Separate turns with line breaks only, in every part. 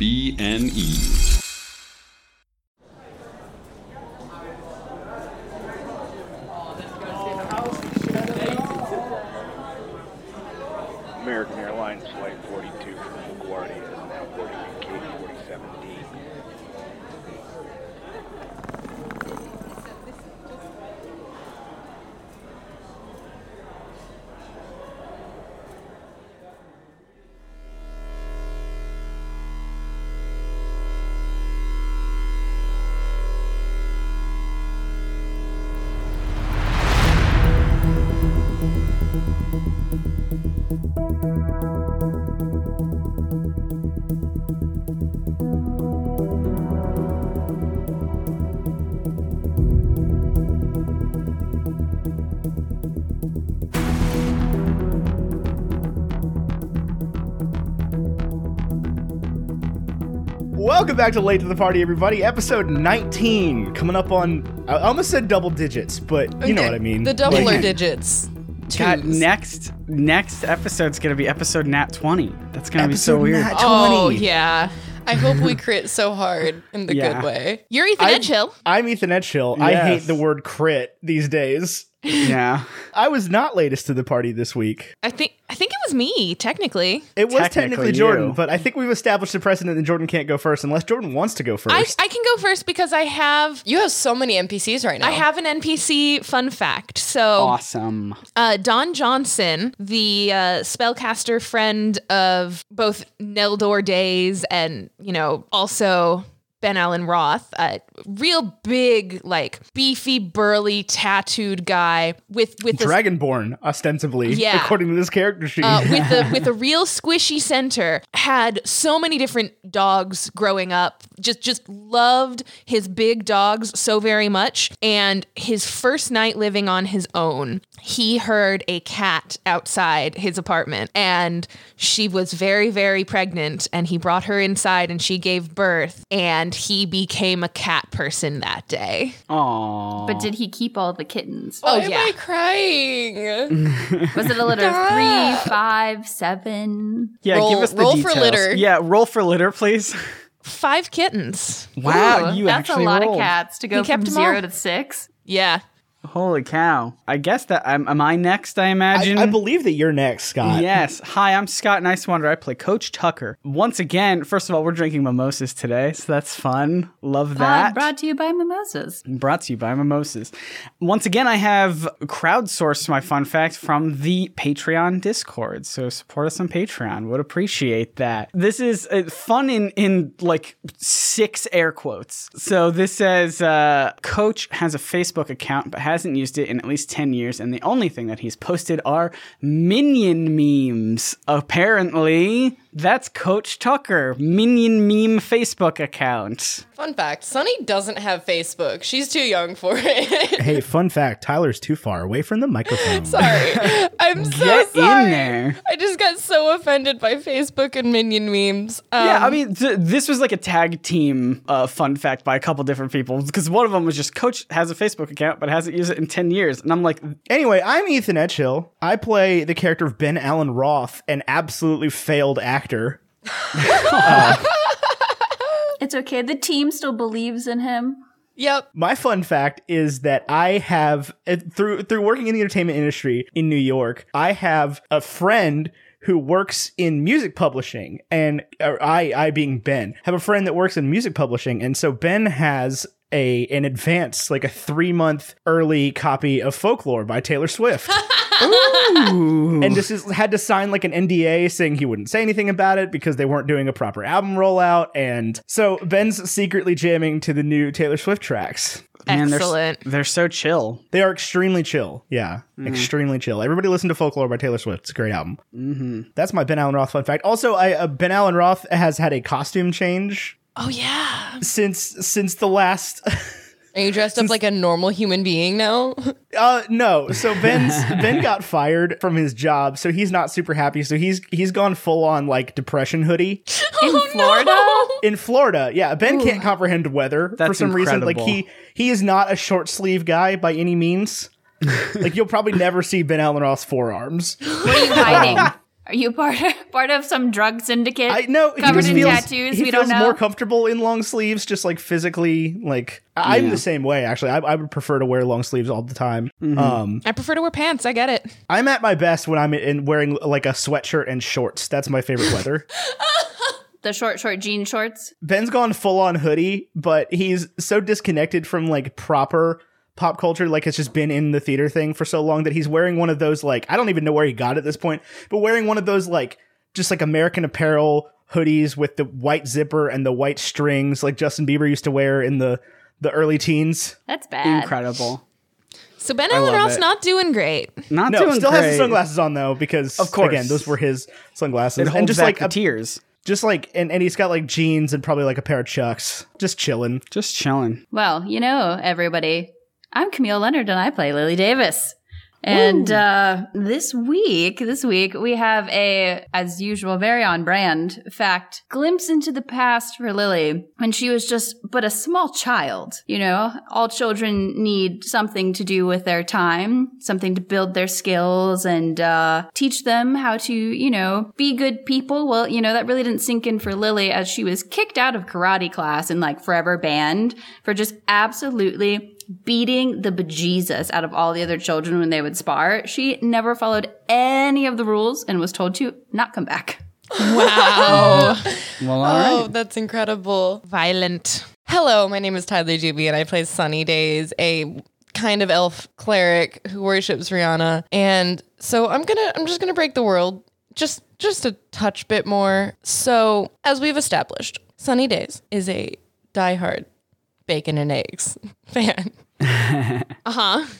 WBNE.
American Airlines Flight 42 from LaGuardia is now boarding K47D.
Welcome back to Late to the Party, everybody. Episode 19, coming up on. I almost said double digits, but you know what I mean.
The doubler
Like,
digits.
God,
Twos.
next next episode's gonna be episode nat twenty. That's gonna be so
Episode
weird.
nat-
Oh
20.
yeah. I hope we crit so hard in the
Yeah.
good way. You're Ethan
I-
Edgehill.
I'm Ethan Edgehill. I
Yes.
hate the word crit these days.
Yeah,
I was not latest to the party this week.
I think I think it was me technically.
It was technically,
Technically you.
Jordan, but I think we've established the precedent that Jordan can't go first unless Jordan wants to go
I,
first.
I can go first because I have you have so many NPCs right now. I have an NPC fun fact. So
awesome.
uh, Don Johnson, the uh, spellcaster friend of both Neldor days and, you know, also Ben Allen Roth, a real big, like beefy, burly, tattooed guy with with this
Dragonborn, ostensibly,
Yeah.
according to this character sheet.
uh, with the with a real squishy center had so many different dogs growing up just just loved his big dogs so very much and his first night living on his own he heard a cat outside his apartment and she was very very pregnant and he brought her inside and she gave birth and he became a cat person that day
Aww.
But did he keep all the kittens?
oh yeah
crying?
Was it a litter of three, five, seven?
yeah,
roll-
give us the
roll for
details.
litter.
Yeah, roll for litter, please.
five kittens
Wow, you
That's a
actually
lot
rolled.
of cats to
He
go
kept
from
'em all.
zero to six.
yeah
Holy cow! I guess that I'm, am I next? I
I,
imagine.
I believe that you're next, Scott.
Yes. Hi, I'm Scott Nice Wonder. I play Coach Tucker. Once again, first of all, we're drinking mimosas today, so that's fun. Love
Pod
that.
brought to you by mimosas.
brought to you by Mimosas. Once again, I have crowdsourced my fun fact from the Patreon Discord. So support us on Patreon. Would appreciate that. This is uh, fun in in like six air quotes. So this says uh, Coach has a Facebook account but hasn't used it in at least ten years, and the only thing that he's posted are minion memes. Apparently, that's Coach Tucker minion meme Facebook account.
Fun fact Sunny doesn't have Facebook. She's too young for it.
Hey, fun fact Tyler's too far away from the microphone.
sorry. I'm so
Get
sorry.
in there.
I just got so offended by Facebook and minion memes. Um,
Yeah, I mean, th- this was like a tag team uh, fun fact by a couple different people because one of them was just Coach has a Facebook account but hasn't used it in 10 years. And I'm like,
Anyway, I'm Ethan Edgehill. I play the character of Ben Allen Roth, an absolutely failed actor.
It's okay. The team still believes in him.
yep.
My fun fact is that I have eh, through through working in the entertainment industry in New York, I have a friend who works in music publishing and or I I being Ben, have a friend that works in music publishing and so Ben has a an advance like a 3 month early copy of Folklore by Taylor Swift.
ooh.
and just is, had to sign like an NDA saying he wouldn't say anything about it because they weren't doing a proper album rollout. And so Ben's secretly jamming to the new Taylor Swift tracks.
Man, they're s-
Excellent.
They're, so chill.
They are extremely chill. Yeah, extremely chill. Everybody listen to Folklore by Taylor Swift. It's a great album.
hmm
That's my Ben Allen Roth fun fact. Also, I, uh, Ben Allen Roth has had a costume change
oh yeah
since since the last.
Are you dressed up like a normal human being now?
Uh no, so Ben's Ben got fired from his job, so he's not super happy. So he's he's gone full on like depression hoodie.
In Florida?
in Florida. Yeah, Ben can't comprehend weather for
That's
some reason.
incredible.
Like he he is not a short sleeve guy by any means. like you'll probably never see Ben Allen Ross forearms.
What are you hiding? Are you part of, part of some drug syndicate?
I know he
Covered
just
in
feels,
tattoos.
He
we
feels
don't know.
more comfortable in long sleeves, just like physically. Like I- I'm
Yeah.
the same way. Actually, I, I would prefer to wear long sleeves all the time.
Mm-hmm.
Um,
I prefer to wear pants. I get it.
I'm at my best when I'm in wearing like a sweatshirt and shorts. That's my favorite weather.
the short, short jean shorts.
Ben's gone full on hoodie, but he's so disconnected from like proper pop culture. Like it's just been in the theater thing for so long that he's wearing one of those like I don't even know where he got it at this point, but wearing one of those like just like American Apparel hoodies with the white zipper and the white strings, like Justin Bieber used to wear in the the early teens.
That's bad.
Incredible.
So Ben Allen
love
Ross
it.
not doing great.
Not
No,
doing
still
great.
has his sunglasses on though because of
course.
again those were his sunglasses
It holds
and just
back
like
the
a-
tears.
just like and, and he's got like jeans and probably like a pair of chucks, just chilling.
Just chilling.
Well, you know, everybody, I'm Camille Leonard and I play Lily Davis. And uh, this week, this week, we have a, as usual, very on brand fact glimpse into the past for Lily when she was just but a small child. You know, all children need something to do with their time, something to build their skills and uh, teach them how to, you know, be good people. Well, you know, that really didn't sink in for Lily as she was kicked out of karate class and like forever banned for just absolutely beating the bejesus out of all the other children when they would spar. She never followed any of the rules and was told to not come back.
Wow.
Well, all right.
Oh, that's incredible.
Violent.
Hello, my name is Tyler Doobie, and I play Sunny Days, a kind of elf cleric who worships Rihanna. And so I'm gonna, I'm just gonna break the world just, just a touch bit more. So as we've established, Sunny Days is a diehard bacon and eggs fan.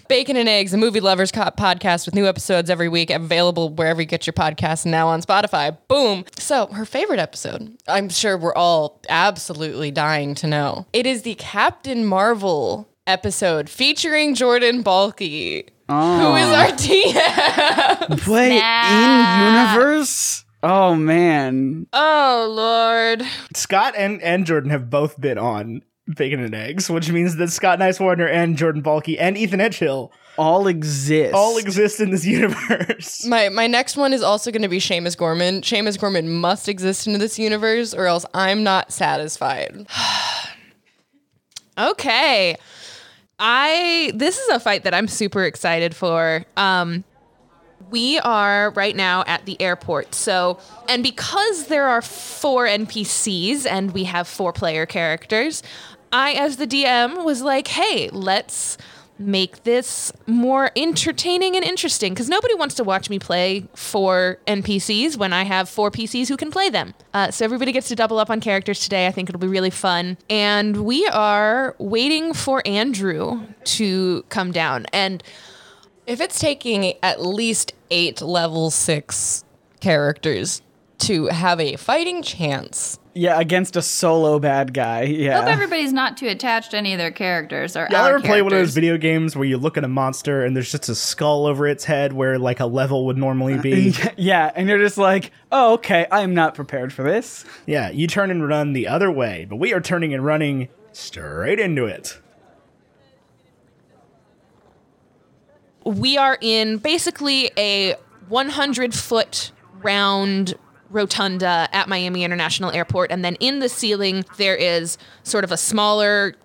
Bacon and Eggs, a movie lovers cop podcast with new episodes every week, available wherever you get your podcasts, and now on Spotify. Boom. So, her favorite episode, I'm sure we're all absolutely dying to know. It is the Captain Marvel episode featuring Jordan Balky, who is our DM.
Wait, in universe? Oh man.
oh, Lord.
Scott and, and Jordan have both been on Bacon and Eggs, which means that Scott Nice Warner and Jordan Balky and Ethan Edgehill
All exist.
all exist in this universe.
Mm,
My, my next one is also going to be Seamus Gorman. Seamus Gorman must exist in this universe, or else I'm not satisfied.
Okay. I this is a fight that I'm super excited for. Um we are right now at the airport. So, and because there are four NPCs and we have four player characters, I as the DM was like, "Hey, let's make this more entertaining and interesting because nobody wants to watch me play four NPCs when I have four PCs who can play them. Uh, so everybody gets to double up on characters today. I think it'll be really fun. And we are waiting for Andrew to come down. And
If it's taking at least eight level six characters to have a fighting chance,
Yeah, against a solo bad guy.
Hope
Yeah.
everybody's not too attached to any of their characters or
Y'all
our
ever play one of those
characters.
video games where you look at a monster and there's just a skull over its head where like a level would normally be?
Uh, Yeah, and you're just like, oh, okay, I'm not prepared for this.
yeah, you turn and run the other way, but we are turning and running straight into it.
we are in basically a 100 foot round rotunda at Miami International Airport. And then in the ceiling, there is sort of a smaller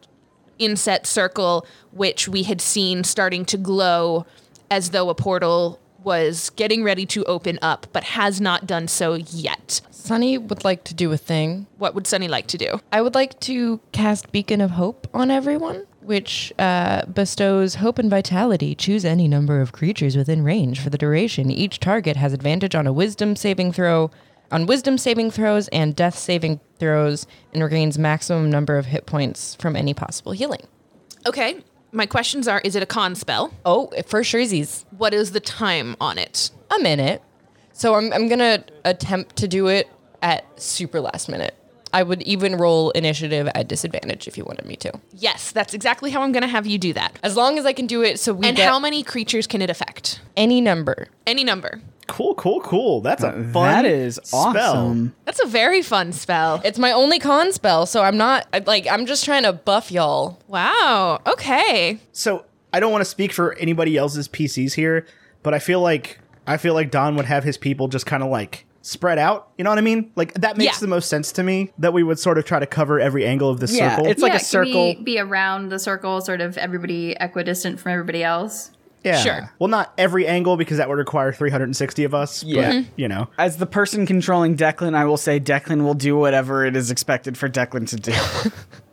inset circle, which we had seen starting to glow as though a portal was getting ready to open up, but has not done so yet.
Sunny would like to do a thing.
What would Sunny like to do?
I would like to cast Beacon of Hope on everyone, which uh, bestows hope and vitality. Choose any number of creatures within range for the duration. Each target has advantage on a Wisdom saving throw, on Wisdom saving throws and Death saving throws, and regains maximum number of hit points from any possible healing.
Okay. My questions are Is it a con spell?
Oh, for sure,sies.
What is the time on it?
a minute. So I'm, I'm going to attempt to do it at super last minute. I would even roll initiative at disadvantage if you wanted me to.
Yes, that's exactly how I'm going to have you do that.
As long as I can do it so we
And
get
how many creatures can it affect?
any number.
Any number.
Cool, cool, cool. That's a fun
that is
spell.
awesome.
That's a very fun spell.
It's my only con spell, so I'm not I- like I'm just trying to buff y'all.
Wow. Okay.
So I don't want to speak for anybody else's PCs here, but I feel like I feel like Don would have his people just kind of like spread out. You know what I mean? Like that makes
Yeah.
the most sense to me that we would sort of try to cover every angle of this
Yeah,
circle.
it's like a
can we
circle.
be around the circle, sort of everybody equidistant from everybody else.
yeah.
sure.
Well, not every angle because that would require 360 of us.
Yeah.
But, you know.
As the person controlling Declan, I will say Declan will do whatever it is expected for Declan to do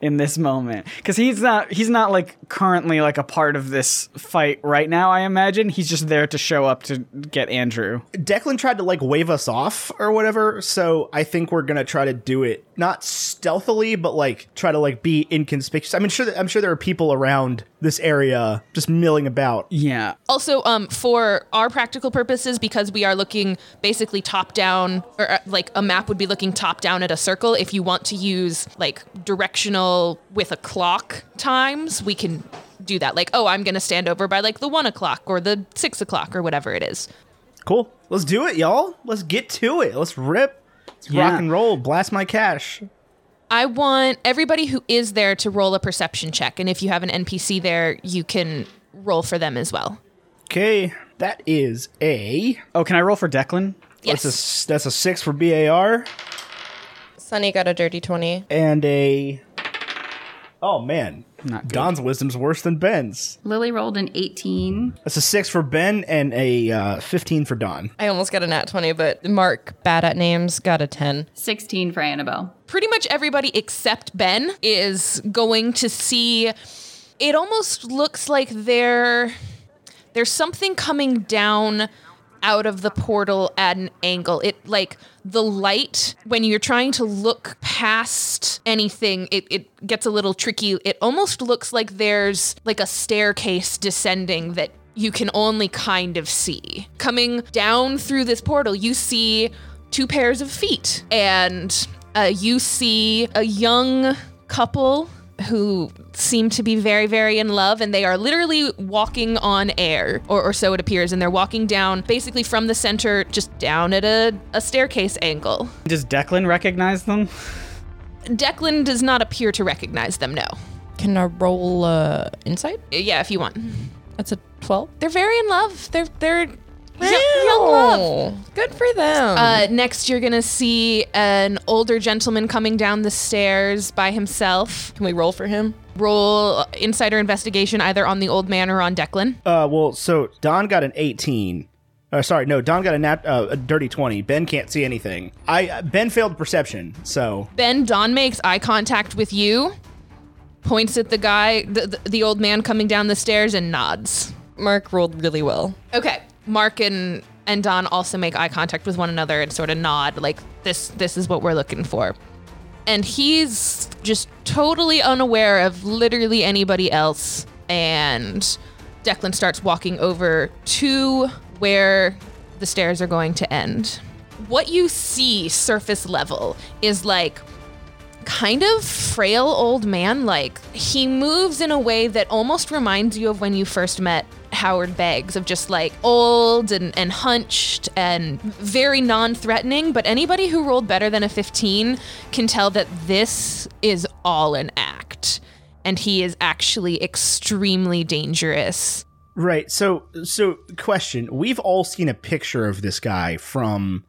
in this moment. Cuz he's not he's not like currently like a part of this fight right now, I imagine. He's just there to show up to get Andrew.
Declan tried to like wave us off or whatever, so I think we're gonna try to do it not stealthily, but like try to like be inconspicuous. I mean, sure, that, I'm sure there are people around this area just milling about.
Yeah.
Also, um, for our practical purposes, because we are looking basically top down, or uh, like a map would be looking top down at a circle. If you want to use like directional with a clock times, we can do that. Like, oh, I'm gonna stand over by like the one o'clock or the six o'clock or whatever it is.
Cool, let's do it, y'all. Let's get to it. Let's rip, let's
Yeah.
rock and roll, blast my cash.
I want everybody who is there to roll a perception check, and if you have an NPC there, you can roll for them as well.
Okay, that is a
Oh, can I roll for Declan?
Yes.
that's a that's a six for BAR
Sunny got a dirty 20.
and a oh man,
Not good.
Don's wisdom's worse than Ben's.
Lily rolled an 18.
That's a six for Ben and a uh, 15 for Don.
I almost got a nat 20, but Mark, bad at names, got a 10.
16 for Annabelle.
pretty much everybody except Ben is going to see it almost looks like there there's something coming down out of the portal at an angle. It like the light when you're trying to look past anything, it, it gets a little tricky. It almost looks like there's like a staircase descending that you can only kind of see. Coming down through this portal, you see two pairs of feet and uh, you see a young couple who seem to be very, very in love, and they are literally walking on air, or, or so it appears, and they're walking down basically from the center, just down at a, a staircase angle.
Does Declan recognize them?
Declan does not appear to recognize them, no.
Can I roll uh, insight?
Yeah, if you want.
That's a 12.
They're very in love. They're, they're young, young love.
Good for them.
Uh, next, you're gonna see an older gentleman coming down the stairs by himself.
Can we roll for him?
Roll insider investigation either on the old man or on Declan.
Uh, well, so Don got an 18. Uh, sorry, no, Don got a nat, uh, a dirty 20. Ben can't see anything. I uh, Ben failed perception, so
Ben Don makes eye contact with you, points at the guy, the, the, the old man coming down the stairs, and nods.
Mark rolled really well.
Okay. Mark and and Don also make eye contact with one another and sort of nod like this this is what we're looking for. And he's just totally unaware of literally anybody else and Declan starts walking over to where the stairs are going to end. What you see surface level is like kind of frail old man like. He moves in a way that almost reminds you of when you first met Howard Beggs, of just like old and, and hunched and very non threatening. But anybody who rolled better than a 15 can tell that this is all an act. And he is actually extremely dangerous.
right. So so question, we've all seen a picture of this guy from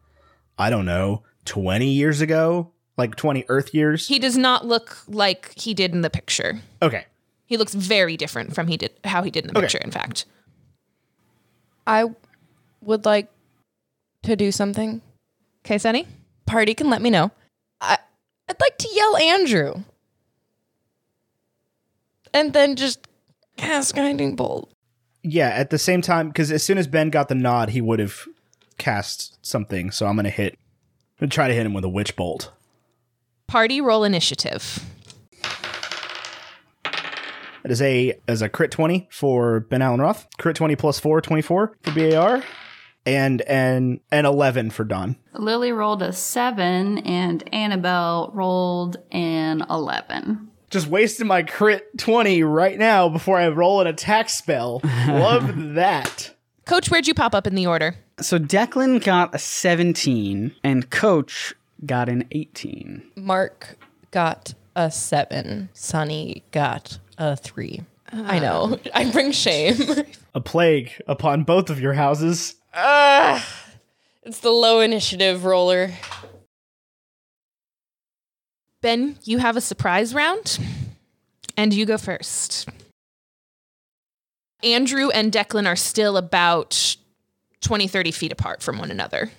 I don't know, 20 years ago, like 20 earth years.
He does not look like he did in the picture.
okay.
He looks very different from he did how he did in the picture, in fact.
I would like to do something.
Okay, Sunny?
Party can let me know. I, I'd like to yell Andrew. And then just cast Guiding Bolt.
Yeah, at the same time cuz as soon as Ben got the nod, he would have cast something, so I'm going to hit I'm going to try to hit him with a witch bolt.
Party roll initiative.
That is a as a crit 20 for Ben Allen Roth. Crit 20 plus 4, 24 for BAR. And and an 11 for Don.
Lily rolled a 7 and Annabelle rolled an 11.
Just wasting my crit 20 right now before I roll an attack spell. Love that.
Coach, where'd you pop up in the order?
So Declan got a 17 and Coach got an 18.
Mark got a seven. Sunny got a three. I know. I bring shame.
A plague upon both of your houses.
Ugh. It's the low initiative roller.
Ben, you have a surprise round, and you go first. Andrew and Declan are still about 20, 30 feet apart from one another.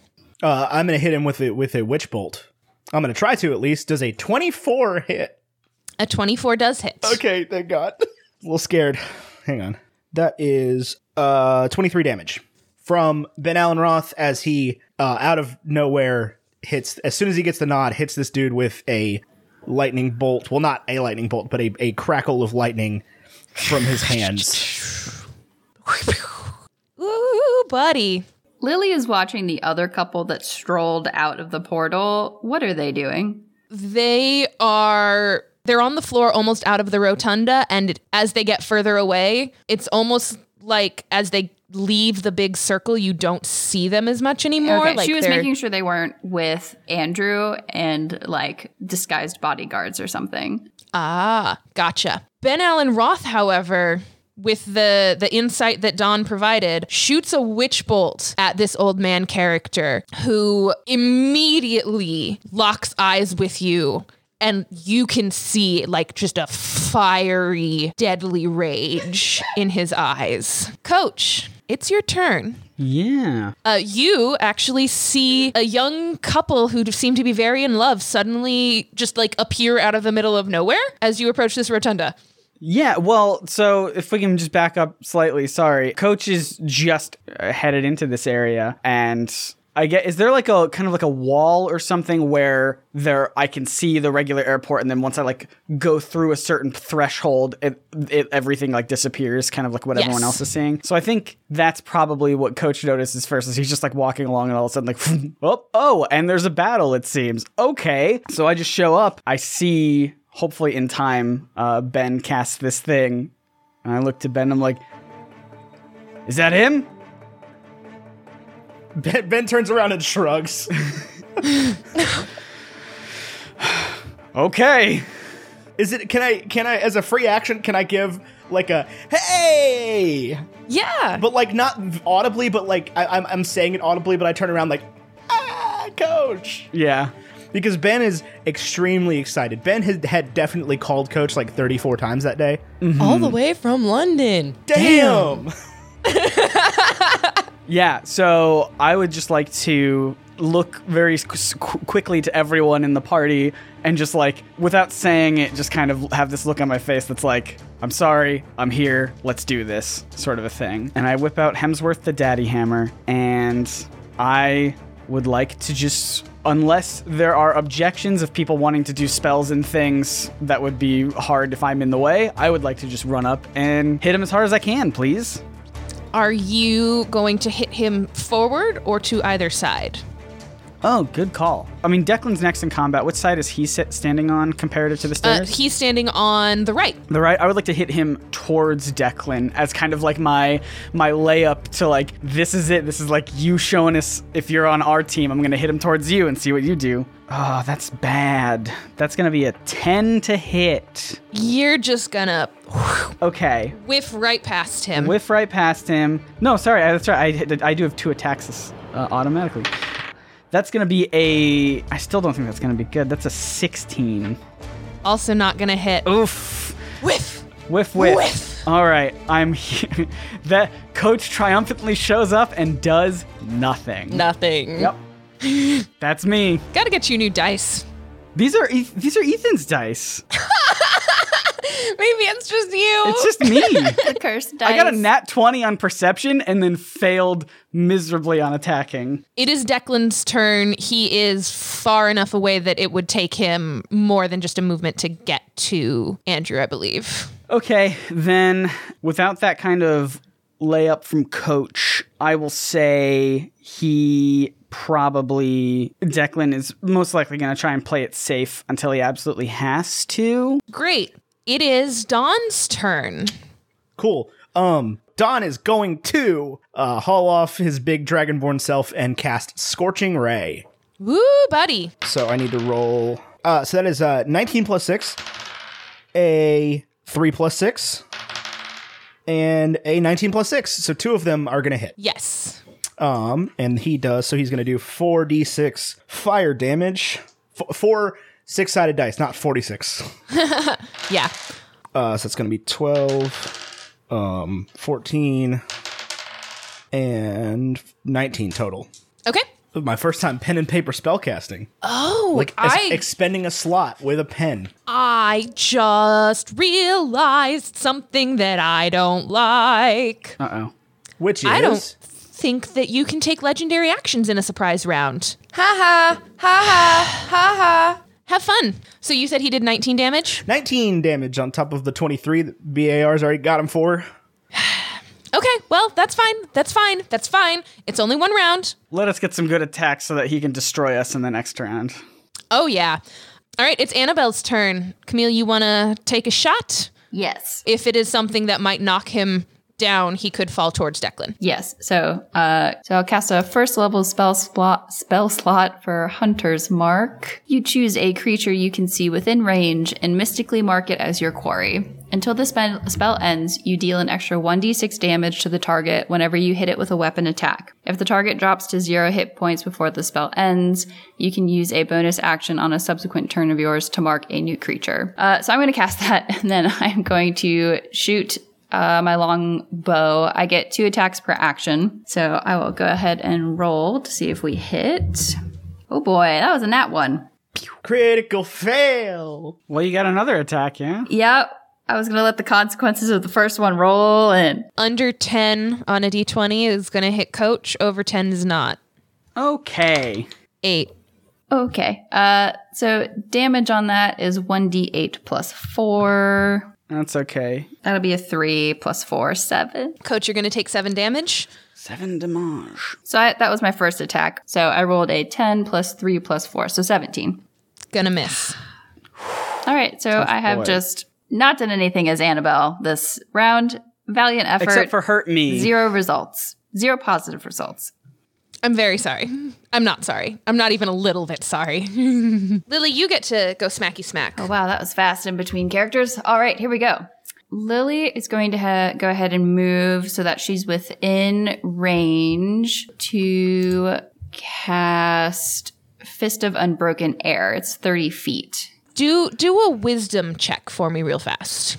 Uh, I'm gonna hit him with a with a witch bolt. I'm gonna try to at least. Does a 24 hit?
A 24 does hit.
Okay, thank God. a little scared. Hang on. That is uh 23 damage from Ben Allen Roth as he uh, out of nowhere hits as soon as he gets the nod hits this dude with a lightning bolt. Well, not a lightning bolt, but a, a crackle of lightning from his hands.
Ooh, buddy.
Lily is watching the other couple that strolled out of the portal. What are they doing?
They are they're on the floor almost out of the rotunda and it- as they get further away, it's almost like as they leave the big circle, you don't see them as much anymore.
okay,
like
she was
they're-
making sure they weren't with Andrew and like disguised bodyguards or something.
Ah, gotcha. Ben Allen Roth, however, with the the insight that Don provided, shoots a witch bolt at this old man character who immediately locks eyes with you and you can see like just a fiery, deadly rage in his eyes. Coach, it's your turn.
Yeah.
Uh, you actually see a young couple who seem to be very in love suddenly just like appear out of the middle of nowhere as you approach this rotunda.
Yeah, well, so if we can just back up slightly, sorry. Coach is just uh, headed into this area and I get is there like a kind of like a wall or something where there I can see the regular airport and then once I like go through a certain threshold it, it everything like disappears kind of like what everyone
Yes.
else is seeing. So I think that's probably what Coach notices first is he's just like walking along and all of a sudden like oh oh and there's a battle it seems. Okay. So I just show up. I see hopefully in time uh, Ben casts this thing and I look to Ben I'm like is that him?
Ben, ben turns around and shrugs.
Okay.
Is it? Can I? Can I? As a free action, can I give like a hey?
Yeah.
But like not audibly, but like I, I'm I'm saying it audibly, but I turn around like ah, coach,
Yeah.
because Ben is extremely excited. Ben had, had definitely called coach like 34 times that day.
All the way from London.
Damn.
Yeah, so I would just like to look very s- s- qu- quickly to everyone in the party and just like, without saying it, just kind of have this look on my face that's like, I'm sorry, I'm here, let's do this, sort of a thing. And I whip out Hemsworth the Daddy Hammer, and I would like to just. Unless there are objections of people wanting to do spells and things that would be hard if I'm in the way, I would like to just run up and hit him as hard as I can, please.
Are you going to hit him forward or to either side?
Oh, good call. I mean, Declan's next in combat. What side is he sit standing on comparative to the
Uh,
stairs?
he's standing on the right.
the right. I would like to hit him towards Declan as kind of like my my layup to like this is it. This is like you showing us if you're on our team. I'm gonna hit him towards you and see what you do. Oh, that's bad. That's gonna be a ten to hit.
You're just gonna
Okay,
whiff right past him.
whiff right past him. No, sorry, I- that's right. I hit- I do have two attacks uh, automatically. That's gonna be a. I still don't think that's gonna be good. That's a sixteen.
Also not gonna hit.
Oh.
Oof.
Whiff.
Whiff, whiff.
Whiff.
All right, I'm here. that coach triumphantly shows up and does nothing.
Nothing.
Yep. That's me.
Gotta get you new dice.
These are Eth- these are Ethan's dice.
Maybe it's just you.
It's just me.
The cursed dice.
I got a nat 20 on perception and then failed miserably on attacking.
It is Declan's turn. He is far enough away that it would take him more than just a movement to get to Andrew, I believe.
Okay, then without that kind of layup from coach, I will say he probably Declan is most likely going to try and play it safe until he absolutely has to.
Great. It is Don's turn.
Cool. Um, Don is going to uh, haul off his big dragonborn self and cast Scorching Ray.
Woo, buddy.
So I need to roll. Uh, so that is uh, 19 plus 6, a 3 plus 6, and a 19 plus 6. So two of them are going to hit.
Yes.
Um, and he does. So he's going to do 4d6 fire damage. F- four six sided dice, not 46.
Yeah.
Uh, so it's going to be 12, um, 14, and 19 total.
Okay.
My first time pen and paper spellcasting.
Oh,
Like ex-
I
expending a slot with a pen.
I just realized something that I don't like.
Uh oh.
Which is
I don't think that you can take legendary actions in a surprise round.
ha ha ha ha ha.
Have fun. So you said he did 19 damage?
19 damage on top of the 23 that BAR's already got him for.
Okay, well, that's fine. That's fine. That's fine. It's only one round.
Let us get some good attacks so that he can destroy us in the next round.
Oh, yeah. All right, it's Annabelle's turn. Camille, you want to take a shot?
Yes.
If it is something that might knock him down, he could fall towards Declan.
Yes. So, uh, so I'll cast a first level spell slot, spell slot for Hunter's Mark. You choose a creature you can see within range and mystically mark it as your quarry. Until the spell, spell ends, you deal an extra 1d6 damage to the target whenever you hit it with a weapon attack. If the target drops to zero hit points before the spell ends, you can use a bonus action on a subsequent turn of yours to mark a new creature. Uh, so I'm going to cast that, and then I'm going to shoot uh, my long bow. I get two attacks per action. So I will go ahead and roll to see if we hit. Oh boy, that was a nat one.
Critical fail.
Well, you got another attack, yeah?
Yep. I was going to let the consequences of the first one roll in.
Under 10 on a d20 is going to hit coach, over 10 is not.
Okay.
Eight.
Okay. Uh, so damage on that is 1d8 plus 4.
That's okay.
That'll be a 3 plus 4, 7.
Coach, you're going to take seven damage.
Seven damage.
So I, that was my first attack. So I rolled a 10 plus 3 plus 4, so 17.
Gonna miss.
All right, so I have
boy.
just not done anything as Annabelle this round. Valiant effort.
Except for hurt me.
zero results. Zero positive results.
I'm very sorry. I'm not sorry. I'm not even a little bit sorry. Lily, you get to go smacky smack.
Oh, Wow, that was fast in between characters. All right, here we go. Lily is going to ha- go ahead and move so that she's within range to cast Fist of Unbroken Air. It's 30 feet.
Do do a wisdom check for me real fast.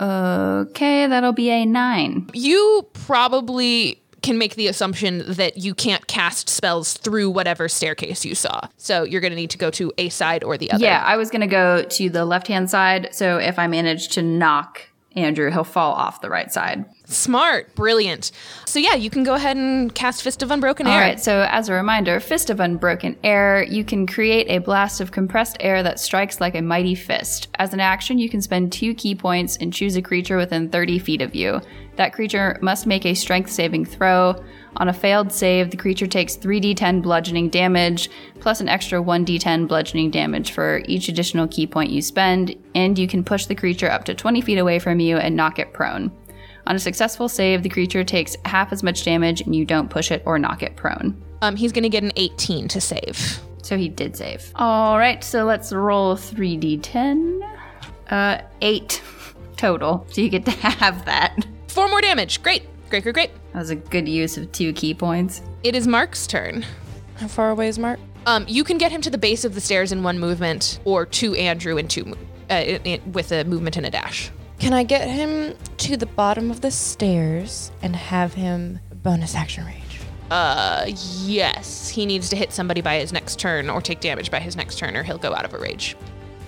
Okay, that'll be a nine.
You probably can make the assumption that you can't cast spells through whatever staircase you saw. So you're going to need to go to a side or the other.
Yeah, I was going to go to the left hand side. So if I manage to knock Andrew, he'll fall off the right side.
Smart, brilliant. So yeah, you can go ahead and cast Fist of Unbroken Air.
All right, so as a reminder, Fist of Unbroken Air, you can create a blast of compressed air that strikes like a mighty fist. As an action, you can spend two key points and choose a creature within 30 feet of you. That creature must make a strength saving throw. On a failed save, the creature takes 3d10 bludgeoning damage, plus an extra 1d10 bludgeoning damage for each additional key point you spend, and you can push the creature up to 20 feet away from you and knock it prone. On a successful save, the creature takes half as much damage and you don't push it or knock it prone.
Um he's going to get an 18 to save.
So he did save. All right, so let's roll 3d10. Uh, eight total. So you get to have that.
Four more damage. Great. Great, great, great.
That was a good use of two key points.
It is Mark's turn.
How far away is Mark?
Um, you can get him to the base of the stairs in one movement, or to Andrew in two, mo- uh, in, in- with a movement and a dash.
Can I get him to the bottom of the stairs and have him bonus action rage?
Uh, yes, he needs to hit somebody by his next turn, or take damage by his next turn, or he'll go out of a rage.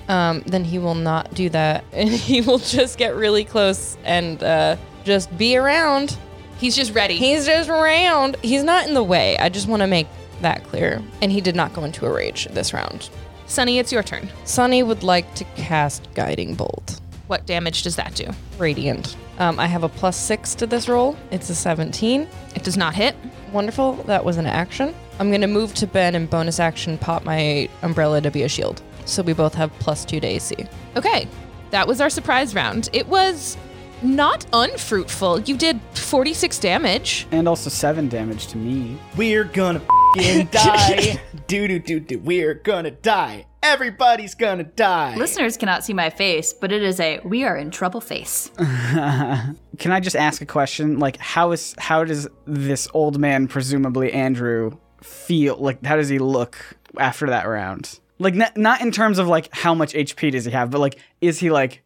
Um, then he will not do that, and he will just get really close and uh, just be around.
He's just ready.
He's just around. He's not in the way. I just want to make that clear. And he did not go into a rage this round.
Sunny, it's your turn.
Sunny would like to cast Guiding Bolt.
What damage does that do?
Radiant. Um, I have a plus six to this roll. It's a 17.
It does not hit.
Wonderful. That was an action. I'm going to move to Ben and bonus action pop my umbrella to be a shield. So we both have plus two to AC.
Okay, that was our surprise round. It was not unfruitful. You did 46 damage.
And also seven damage to me.
We're gonna fing die. Do do do do. We're gonna die. Everybody's gonna die.
Listeners cannot see my face, but it is a we are in trouble face.
Can I just ask a question? Like, how is how does this old man, presumably Andrew, feel? Like, how does he look after that round? Like, not, not in terms of like how much HP does he have, but like, is he like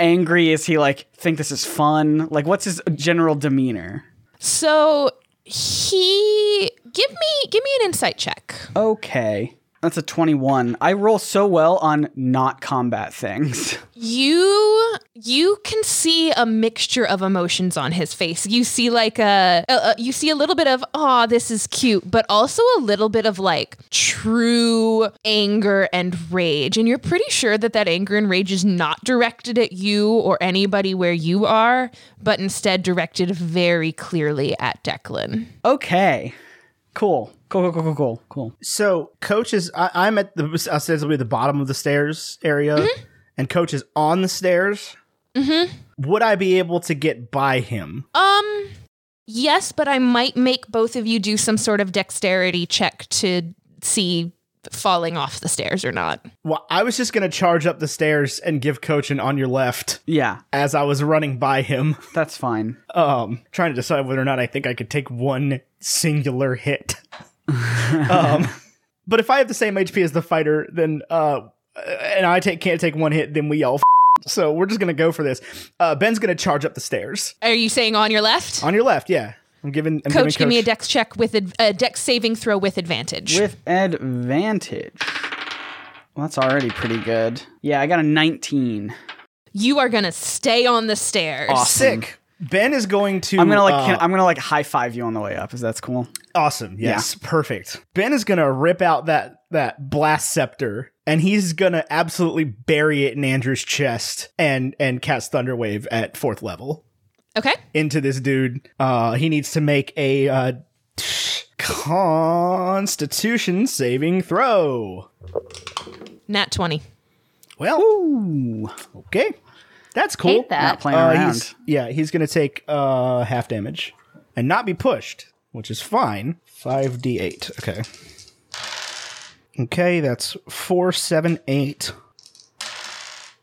angry? Is he like think this is fun? Like, what's his general demeanor?
So he give me give me an insight check.
Okay, that's a twenty-one. I roll so well on not combat things.
You you can see a mixture of emotions on his face. You see like a, a, a- you see a little bit of oh this is cute, but also a little bit of like true anger and rage. And you're pretty sure that that anger and rage is not directed at you or anybody where you are, but instead directed very clearly at Declan.
Okay, cool, cool, cool, cool, cool, cool.
So coach is I, I'm at the ostensibly the bottom of the stairs area, and coach is on the stairs. Mm-hmm. Would I be able to get by him?
Um yes, but I might make both of you do some sort of dexterity check to see falling off the stairs or not.
Well, I was just gonna charge up the stairs and give coach an on your left
Yeah,
as I was running by him,
that's fine.
um, trying to decide whether or not I think I could take one singular hit. um, but if I have the same HP as the fighter, then uh, and I take can't take one hit, then we all. F- so we're just gonna go for this. Uh, Ben's gonna charge up the stairs.
Are you saying on your left?
On your left, yeah. I'm giving. I'm
coach,
giving
give me a dex check with ad- a dex saving throw with advantage.
With advantage. Well, that's already pretty good. Yeah, I got a 19.
you are going to stay on the stairs.
Sick. Ben is going to.
I'm gonna like,
uh,
can- I'm gonna like high five you on the way up. Is that's cool?
awesome. Yes, perfect. Ben is gonna rip out that that blast scepter, and he's gonna absolutely bury it in Andrew's chest, and and cast Thunderwave at fourth level
Okay.
into this dude. Uh, he needs to make a uh, Constitution saving throw.
Nat 20.
Well,
Ooh,
okay, that's cool.
Hate that.
not playing
Uh,
around.
he's, yeah, he's going to take uh, half damage and not be pushed, which is fine. 5d8. Okay. Okay, that's four, seven, eight,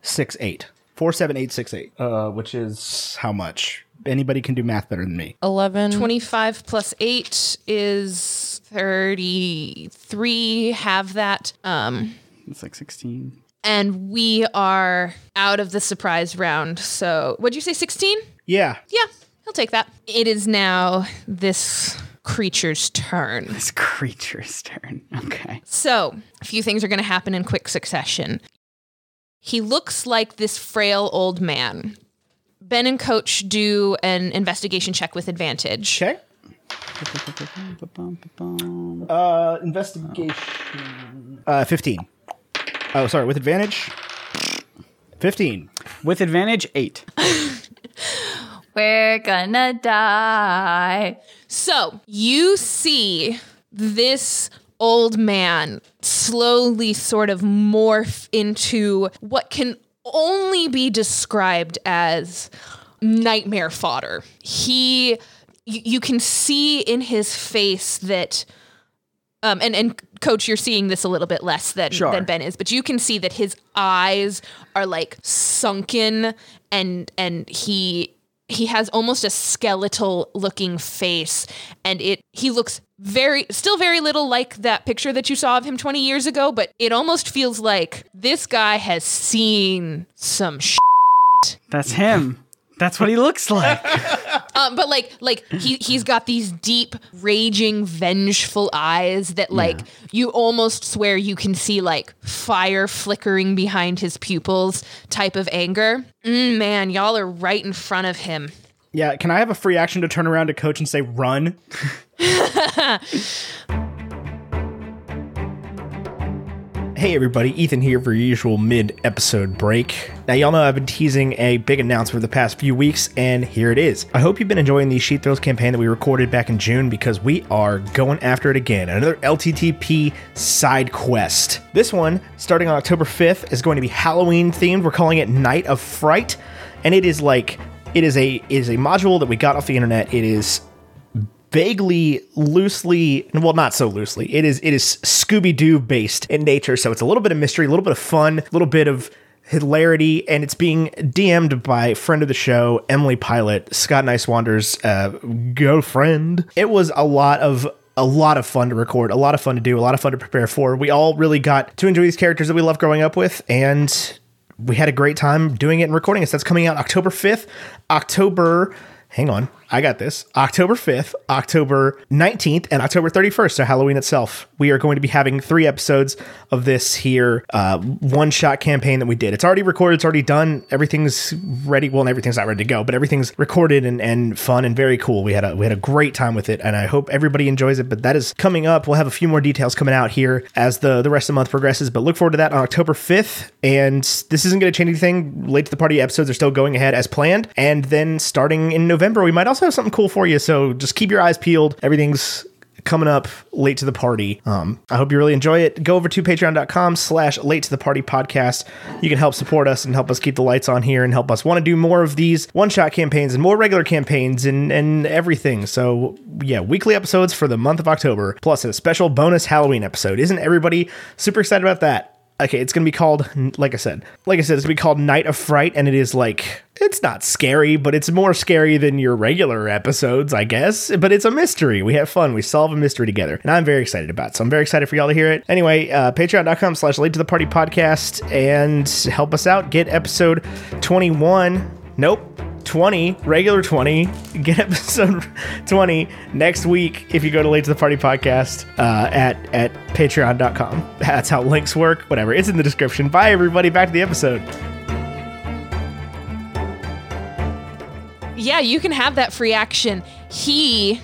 six, eight. Four, seven, eight, six, eight. Uh, which is how much? Anybody can do math better than
Oh.
me.
11.
25 plus 8 is 33. Have that. Um,
It's like 16.
and we are out of the surprise round. So, what'd you say, 16?
Yeah.
Yeah, he'll take that. It is now this creature's turn.
This creature's turn. Okay.
So, a few things are going to happen in quick succession. He looks like this frail old man. Ben and Coach do an investigation check with advantage.
Okay. Uh, investigation. Uh, 15. Oh, sorry, with advantage? 15.
With advantage, eight.
We're gonna die.
So you see this old man slowly sort of morph into what can only be described as nightmare fodder. He, you, you can see in his face that. Um, and, and coach, you're seeing this a little bit less than, than Ben is, but you can see that his eyes are like sunken and and he he has almost a skeletal looking face and it he looks very still very little like that picture that you saw of him 20 years ago but it almost feels like this guy has seen some sh-
That's him. That's what he looks like.
um but like like he he's got these deep raging vengeful eyes that like you almost swear you can see like fire flickering behind his pupils type of anger mm, man y'all are right in front of him
Yeah, can I have a free action to turn around to coach and say run?
Hey everybody, Ethan here for your usual mid episode break. Now, y'all know I've been teasing a big announcement for the past few weeks, and here it is. I hope you've been enjoying the Sheet Throws campaign that we recorded back in June because we are going after it again. Another LTTP side quest. This one, starting on October 5th, is going to be Halloween themed. We're calling it Night of Fright, and it is like, it is a, it is a module that we got off the internet. It is
vaguely loosely well not so loosely it is it is scooby-doo based in nature so it's a little bit of mystery a little bit of fun a little bit of hilarity and it's being dm'd by friend of the show emily pilot scott nicewander's uh, girlfriend it was a lot of a lot of fun to record a lot of fun to do a lot of fun to prepare for we all really got to enjoy these characters that we love growing up with and we had a great time doing it and recording it. So that's coming out October 5th, October. Hang on, I got this. October 5th, October 19th, and October 31st, so Halloween itself. We are going to be having three episodes of this here uh, one shot campaign that we did. It's already recorded, it's already done. Everything's ready. Well, everything's not ready to go, but everything's recorded and, and fun and very cool. We had a we had a great time with it, and I hope everybody enjoys it. But that is coming up. We'll have a few more details coming out here as the, the rest of the month progresses. But look forward to that on October 5th. And this isn't going to change anything. Late to the party episodes are still going ahead as planned. And then starting in November, we might also have something cool for you. So just keep your eyes peeled. Everything's coming up late to the party. Um, I hope you really enjoy it. Go over to patreon.com slash late to the party podcast. You can help support us and help us keep the lights on here and help us want to do more of these one shot campaigns and more regular campaigns and, and everything. So yeah, weekly episodes for the month of October, plus a special bonus Halloween episode. Isn't everybody super excited about that? okay, it's gonna be called like I said, like I said, it's gonna be called Night of Fright, and it is like it's not scary, but it's more scary than your regular episodes, I guess. But it's a mystery. We have fun. We solve a mystery together, and I'm very excited about it. So I'm very excited for y'all to hear it. Anyway, uh, patreon.com slash late to the party podcast and help us out. Get episode 21. Nope. 20, regular 20. Get episode 20 next week if you go to Late to the Party podcast uh, at, at patreon.com. That's how links work. Whatever. It's in the description. Bye, everybody. Back to the episode.
yeah, you can have that free action. He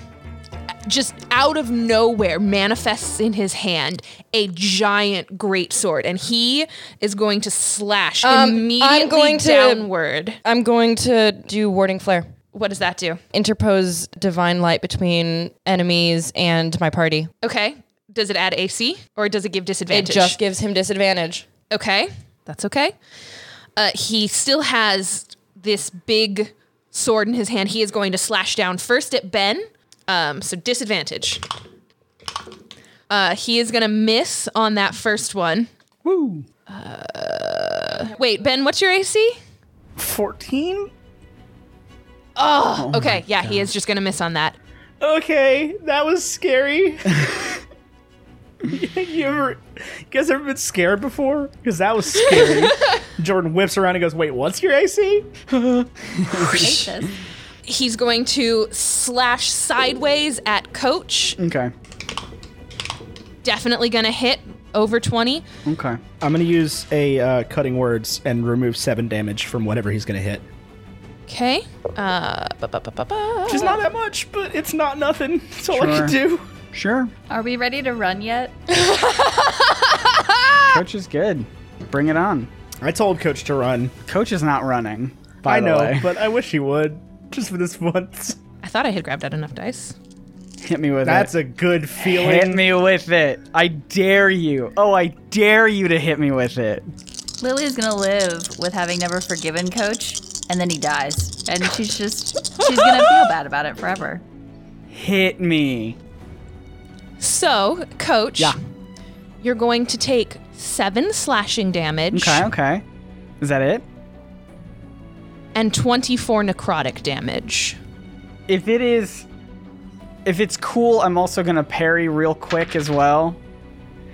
just out of nowhere manifests in his hand a giant great sword and he is going to slash
Um, I'm
immediately
going to-
downward.
I'm going to do warding flare.
What does that do?
Interpose divine light between enemies and my party.
Okay. Does it add AC or does it give
It
disadvantage?
just gives him disadvantage.
Okay, that's okay. Uh, he still has this big sword in his hand. He is going to slash down first at Ben. Um, so disadvantage. Uh, he is going to miss on that first one. Woo. Uh, wait, Ben, what's your AC?
14?
okay, yeah, he is just going to miss on that.
Okay, that was scary. you, ever, you guys ever been scared before? Because that was scary. Jordan whips around and goes, Wait, what's your AC?
Hate this.
He's going to slash sideways at Coach.
Okay.
Definitely going to hit over 20.
Okay.
I'm going to use a uh, cutting words and remove seven damage from whatever he's going to hit.
Okay. Uh, ba- ba- ba- ba- ba.
Which is not that much, but it's not nothing. That's all I can
Sure.
do.
Sure.
Are we ready to run yet?
Ah!
Coach is good. Bring it on.
I told Coach to run.
Coach is not running. By
I
the
know,
way.
but I wish he would. Just for this once.
I thought I had grabbed out enough dice.
hit me with
That's
it.
a good feeling.
hit me with it. I dare you. Oh, I dare you to hit me with it.
Lily is gonna live with having never forgiven Coach, and then he dies, and she's just she's gonna feel bad about it forever.
Hit me.
So, coach,
Yeah.
you're going to take seven slashing damage
Okay. Okay. Is that it?
and 24 necrotic damage.
if it is if it's cool i'm also gonna parry real quick as well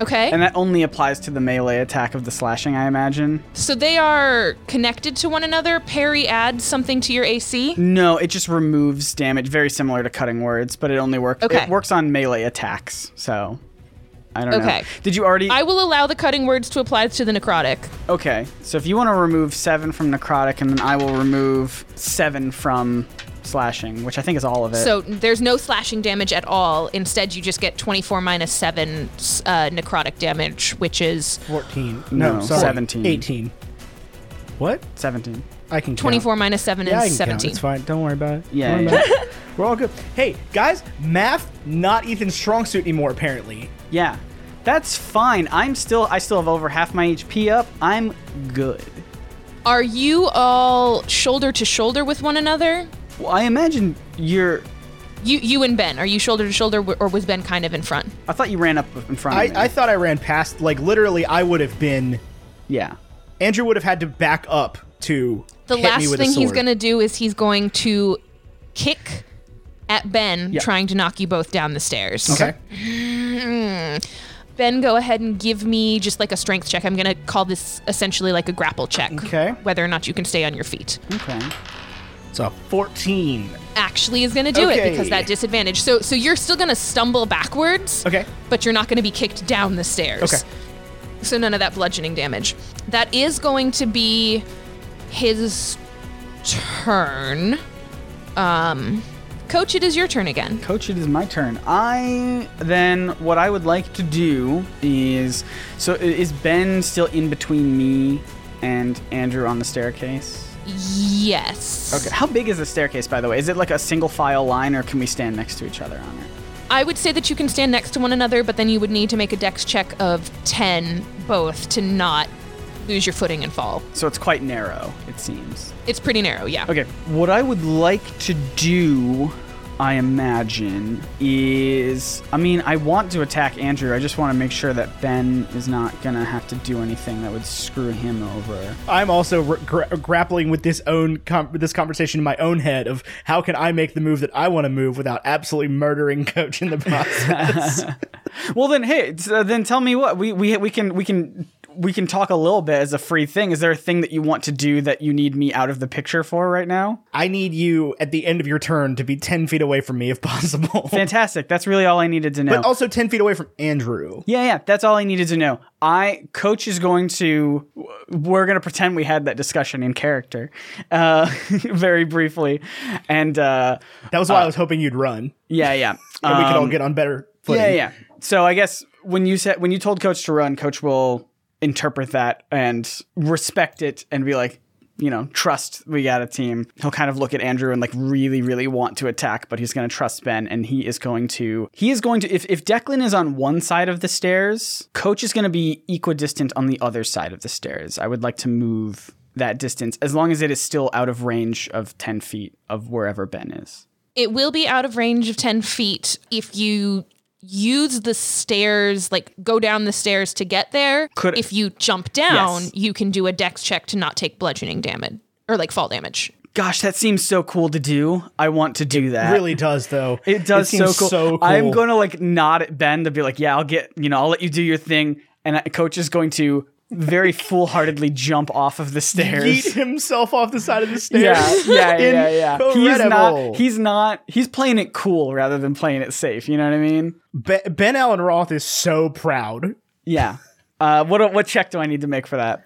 Okay?
and that only applies to the melee attack of the slashing i imagine
so they are connected to one another. Parry adds something to your AC.
no it just removes damage very similar to cutting words but it only works
Okay.
it works on melee attacks so i don't
Okay.
know did you already
I will allow the cutting words to apply to the necrotic.
okay so if you want to remove seven from necrotic and then i will remove seven from slashing which i think is all of it
So there's no slashing damage at all. Instead, you just get 24 minus 7 s- uh, necrotic damage, which is
14.
No, 17.
18. What?
17
I can count.
24 minus 7
Yeah, I can
is
count.
17.
It's fine. Don't worry about it.
Yeah,
Don't worry
yeah.
about it. We're all good. Hey, guys, math, not Ethan's strong suit anymore, apparently.
yeah that's fine i'm still i still have over half my hp up i'm good
Are you all shoulder to shoulder with one another?
Well, I imagine you're
You you and Ben, are you shoulder to shoulder w- or was Ben kind of in front?
I thought you ran up in front of me.
I, I thought I ran past. Like literally, I would have been.
yeah.
Andrew would have had to back up to
The
hit me
last
with a
thing he's
sword.
going to do is he's going to kick at Ben trying to knock you both down the stairs.
Okay.
Ben, go ahead and give me just like a strength check. I'm going to call this essentially like a grapple check.
Okay. Hmm.
Whether or not you can stay on your feet.
Okay.
So fourteen.
Actually is going to do it because
Okay.
that disadvantage. So so you're still going to stumble backwards.
Okay.
But you're not going to be kicked down the stairs.
Okay.
So none of that bludgeoning damage. That is going to be his turn. Um coach it is your turn again.
Coach, it is my turn. I then what I would like to do is so i- is Ben still in between me and Andrew on the staircase?
Yes.
Okay. How big is the staircase, by the way? Is it like a single file line, or can we stand next to each other on it?
I would say that you can stand next to one another, but then you would need to make a dex check of 10 both to not lose your footing and fall.
So it's quite narrow, it seems.
It's pretty narrow, yeah.
Okay, what I would like to do, I imagine, is I mean, I want to attack Andrew. I just want to make sure that Ben is not going to have to do anything that would screw him over.
I'm also re- gra- grappling with this own com- this conversation in my own head of how can I make the move that I want to move without absolutely murdering Coach in the process.
Well, then, hey, it's, uh, then tell me what we we we can we can we can talk a little bit as a free thing. Is there a thing that you want to do that you need me out of the picture for right now?
I need you at the end of your turn to be ten feet away from me if possible,
Fantastic. That's really all I needed to know.
but also ten feet away from Andrew.
Yeah, yeah, that's all I needed to know. I coach is going to we're going to pretend we had that discussion in character, uh, very briefly, and uh,
That was why I was hoping you'd run,
yeah, yeah,
and we could all
Um,
get on better footing.
yeah, yeah. So I guess when you said when you told coach to run, coach will interpret that and respect it and be like, you know, trust we got a team. He'll kind of look at Andrew and like really, really want to attack, but he's going to trust Ben and he is going to he is going to if if Declan is on one side of the stairs, coach is going to be equidistant on the other side of the stairs. I would like to move that distance as long as it is still out of range of 10 feet of wherever Ben is.
It will be out of range of 10 feet if you use the stairs, like go down the stairs to get there.
Could-
if you jump down,
Yes.
you can do a dex check to not take bludgeoning damage or like fall damage.
Gosh, that seems so cool to do. I want to do that.
really does though.
It does so,
seems
cool. I'm going to like nod at Ben to be like, yeah, I'll get, you know, I'll let you do your thing. And I- coach is going to very foolheartedly jump off of the
yeet
stairs.
himself off the side of the stairs.
Yeah, yeah, yeah, yeah. He's
Incredible.
not. He's not. He's playing it cool rather than playing it safe. You know what I mean?
Be- ben Allen Roth is so proud.
Yeah. Uh, what what check do I need to make for that?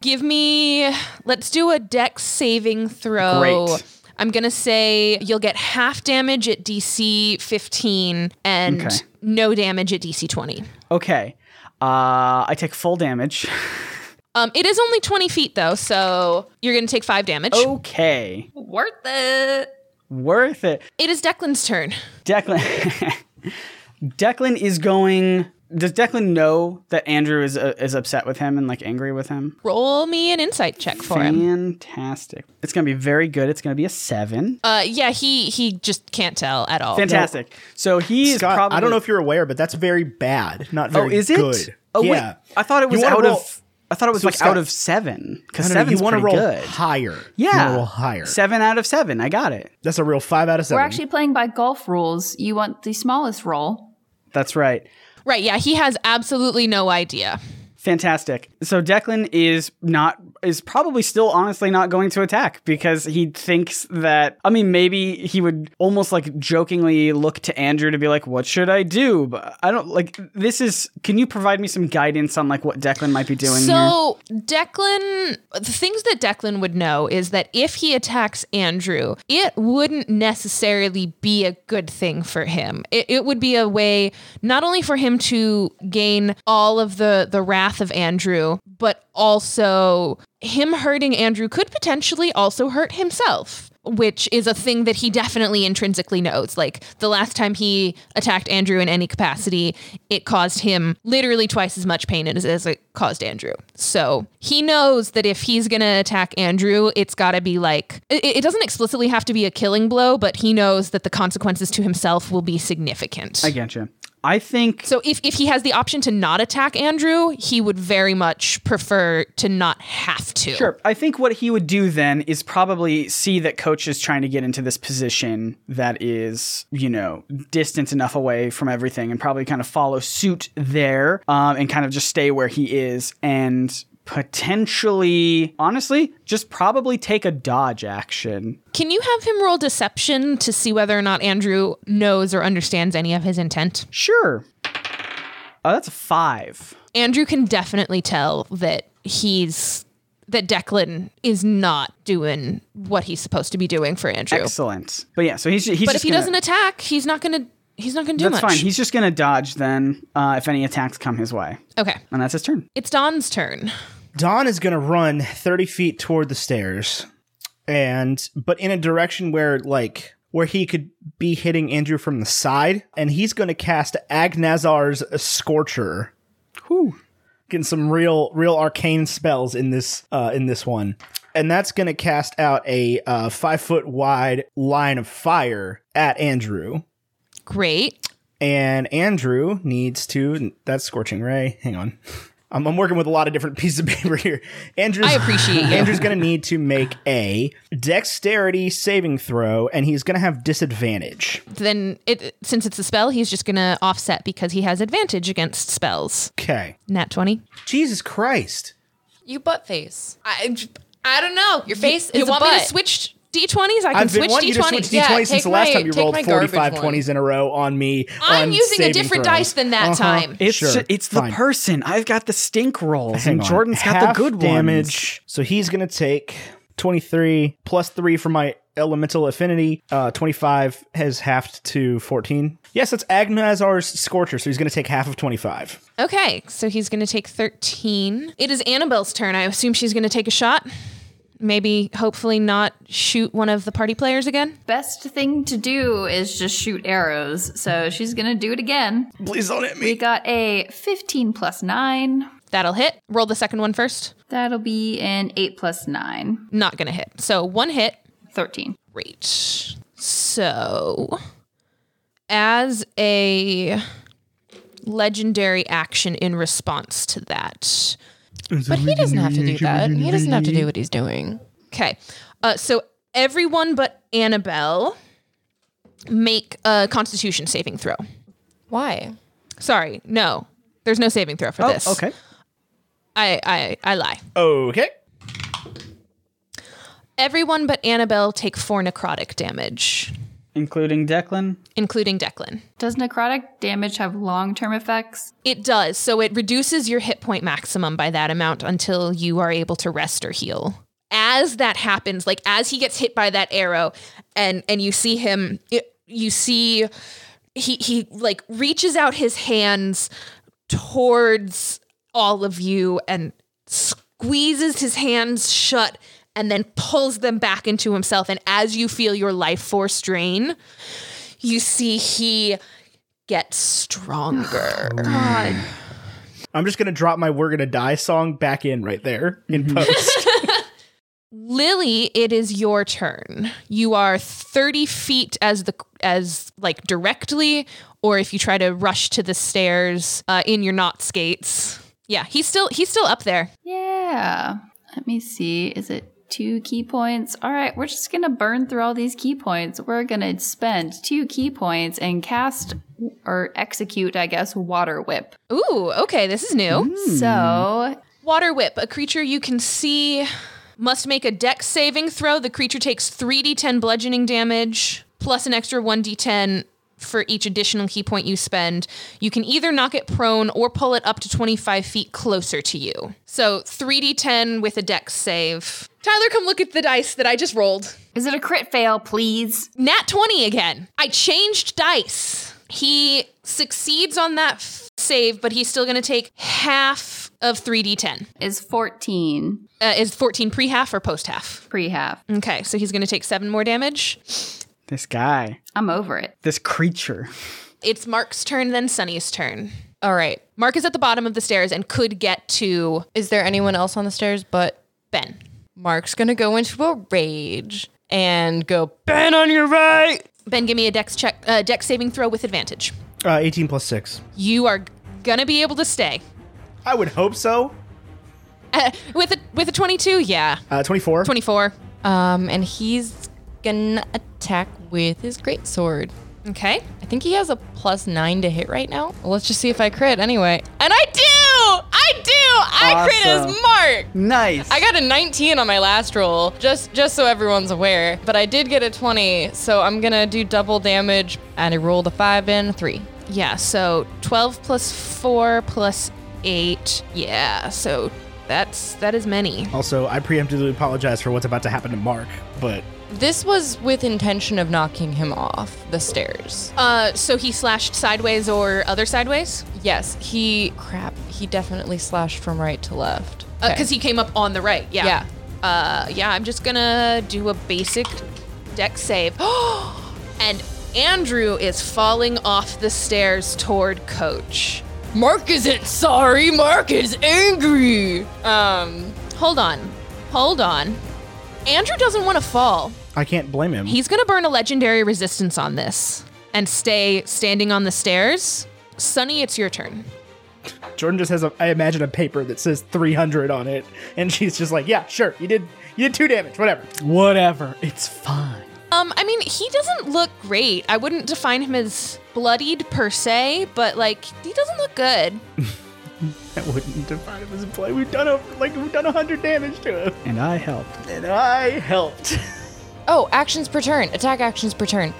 Give me, let's do a dex saving throw.
Great.
I'm going to say you'll get half damage at DC 15 and
Okay.
no damage at DC 20.
Okay. Uh, I take full damage.
Um, it is only 20 feet though, so you're going to take five damage.
Oh. Okay.
Worth it.
Worth it.
It is Declan's turn.
Declan. Declan is going. Does Declan know that Andrew is uh, is upset with him and like angry with him?
Roll me an insight check for him.
Fantastic. It's gonna be very good. It's gonna be a seven.
Uh, yeah, he he just can't tell at all.
Fantastic. So he is
Scott,
probably.
I don't know if you're aware, but that's very bad. Not
Oh,
very
is it?
good.
Oh
yeah.
wait. I thought it
You
was
wanna
out
roll-
of. I thought it was
So,
like
Scott-
out of seven because
No, no, no,
seven
you
is
want to
pretty
roll
good.
higher. You
Yeah,
wanna roll higher.
Seven out of seven. I got it.
That's a real five out of
We're
seven.
actually playing by golf rules. You want the smallest roll.
That's right.
Right? Yeah, he has absolutely no idea.
Fantastic. So Declan is not is probably still honestly not going to attack because he thinks that I mean maybe he would almost like jokingly look to Andrew to be like what should I do? But I don't like this is can you provide me some guidance on like what Declan might be doing here?
So Declan, the things that Declan would know is that if he attacks Andrew, it wouldn't necessarily be a good thing for him. It, it would be a way not only for him to gain all of the the wrath of Andrew, but also him hurting Andrew could potentially also hurt himself. which is a thing that he definitely intrinsically knows. Like the last time he attacked Andrew in any capacity, it caused him literally twice as much pain as, as it caused Andrew. So he knows that if he's going to attack Andrew, it's got to be like, it, it doesn't explicitly have to be a killing blow, but he knows that the consequences to himself will be significant.
I get you. I think
So if, if he has the option to not attack Andrew, he would very much prefer to not have to.
Sure. I think what he would do then is probably see that coach is trying to get into this position that is, you know, distant enough away from everything and probably kind of follow suit there um, and kind of just stay where he is and potentially, honestly, just probably take a dodge action.
Can you have him roll deception to see whether or not Andrew knows or understands any of his intent?
Sure. Oh, that's a five.
Andrew can definitely tell that he's that Declan is not doing what he's supposed to be doing for Andrew.
Excellent. But yeah, so he's, he's
But if
just
he
gonna-
doesn't attack, he's not gonna he's not gonna do
that's
much.
fine. He's just going to dodge then uh, if any attacks come his way.
okay.
And that's his turn.
It's Don's turn.
Don is going to run 30 feet toward the stairs and but in a direction where like where he could be hitting Andrew from the side and he's going to cast Agnazar's Scorcher.
Whew.
Getting some real real arcane spells in this uh in this one. And that's going to cast out a uh, 5 foot wide line of fire at Andrew.
Great.
and Andrew needs to. That's scorching ray. Hang on, I'm, I'm working with a lot of different pieces of paper here. Andrew's,
I appreciate you.
Andrew's going to need to make a dexterity saving throw, and he's going to have disadvantage.
Then it since it's a spell, he's just gonna offset because he has advantage against spells.
Okay,
Nat twenty.
Jesus Christ.
You butt face. I, I don't know. Your face
You
is
want
a butt.
me to switch D twenties? I can
I've been
switch
wanting
D
you to
twenty.
switch D20
Yeah,
since
take
the last
my-
time you
take
rolled
my garbage
45
one.
20s in a row on me.
I'm
on
using
saving
a
Uh-huh.
different
throws.
dice than that time.
It's
Sure,
ju- it's
fine.
the person. I've got the stink rolls,
Hang
and
on.
Jordan's got
Half
the good ones.
damage. So he's gonna take twenty three plus three for my elemental affinity. Uh, twenty five has halved to fourteen. Yes, that's Agnazar's scorcher. So he's gonna take half of twenty five.
Okay, so he's going to take 13. It is Annabelle's turn. I assume she's going to take a shot. Maybe, hopefully, not shoot one of the party players again.
Best thing to do is just shoot arrows. So she's going to do it again.
Please don't hit
We
me.
got a 15 plus 9.
That'll hit. Roll the second one first.
That'll be an 8 plus 9.
Not going to hit. So one hit.
13.
Great. So, as a legendary action in response to that.
But he doesn't have to do that. He doesn't have to do what he's doing.
Okay. Uh, so, everyone but Annabelle make a constitution saving throw.
Why?
Sorry, no. There's no saving throw for this.
Okay.
I, I I lie.
Okay.
Everyone but Annabelle take four necrotic damage,
Including Declan.
including Declan.
Does necrotic damage have long term effects?
It does, so it reduces your hit point maximum by that amount until you are able to rest or heal. As that happens, like as he gets hit by that arrow and and you see him it, you see he he like reaches out his hands towards all of you and squeezes his hands shut and then pulls them back into himself and as you feel your life force drain you see he gets stronger
I'm just gonna drop my "We're Gonna Die" song back in right there in
Mm-hmm.
post.
Lily, it is your turn. You are 30 feet as the as like directly or if you try to rush to the stairs uh, in your not skates. Yeah, he's still he's still up there.
Yeah. Let me see. Is it two key points? All right, we're just going to burn through all these key points. We're going to spend two key points and cast or execute, I guess, Water Whip.
Ooh, okay, this is new.
So
Water whip, a creature you can see must make a dex saving throw. The creature takes 3d10 bludgeoning damage plus an extra 1d10 for each additional key point you spend. You can either knock it prone or pull it up to 25 feet closer to you. So 3d10 with a dex save. Tyler, come look at the dice that I just rolled.
is it a crit fail, please?
Nat 20 again. I changed dice. He succeeds on that f- save, but he's still going to take half of 3d10
is 14
uh, is 14 pre half or post half.
pre half.
Okay, so he's going to take seven more damage.
This guy,
I'm over it.
this creature.
It's Mark's turn, then Sunny's turn. All right. Mark is at the bottom of the stairs and could get to
Is there anyone else on the stairs but
Ben.
Mark's gonna go into a rage and go Ben on your right.
Ben, give me a dex check, uh, dex saving throw with advantage.
Uh, 18 plus 6.
You are gonna be able to stay
I would hope so.
uh, with a with a twenty-two. Yeah,
Uh, 24.
twenty-four.
Um, and he's gonna attack with his greatsword.
Okay,
I think he has a plus nine to hit right now. Well, let's just see if I crit anyway. And I do! I do! I crit
Awesome.
as Mark!
Nice.
I got a 19 on my last roll, just just so everyone's aware. But I did get a 20, so I'm gonna do double damage. And I rolled a five and a three.
yeah. So twelve plus four plus eight. Yeah, so that's that is many.
Also, I preemptively apologize for what's about to happen to Mark, but
This was with intention of knocking him off the stairs.
Uh, so he slashed sideways or other sideways
Yes, he crap. He definitely slashed from right to left.
because Uh, he came up on the right. Yeah.
Yeah.
Uh, yeah, I'm just gonna do a basic deck save. and Andrew is falling off the stairs toward Coach.
Mark isn't sorry. Mark is angry. Um,
Hold on. Hold on. Andrew doesn't want to fall.
I can't blame him.
He's gonna burn a legendary resistance on this and stay standing on the stairs. Sunny, it's your turn.
Jordan just has a I imagine a paper that says 300 on it and she's just like, "Yeah, sure. You did you did 2 damage, whatever."
Whatever. It's fine.
Um, I mean, he doesn't look great. I wouldn't define him as bloodied per se, but like he doesn't look good.
That wouldn't define him as a play. We've done a, like we've done 100 damage to him.
And I helped.
And I helped.
oh, actions per turn. Attack actions per turn.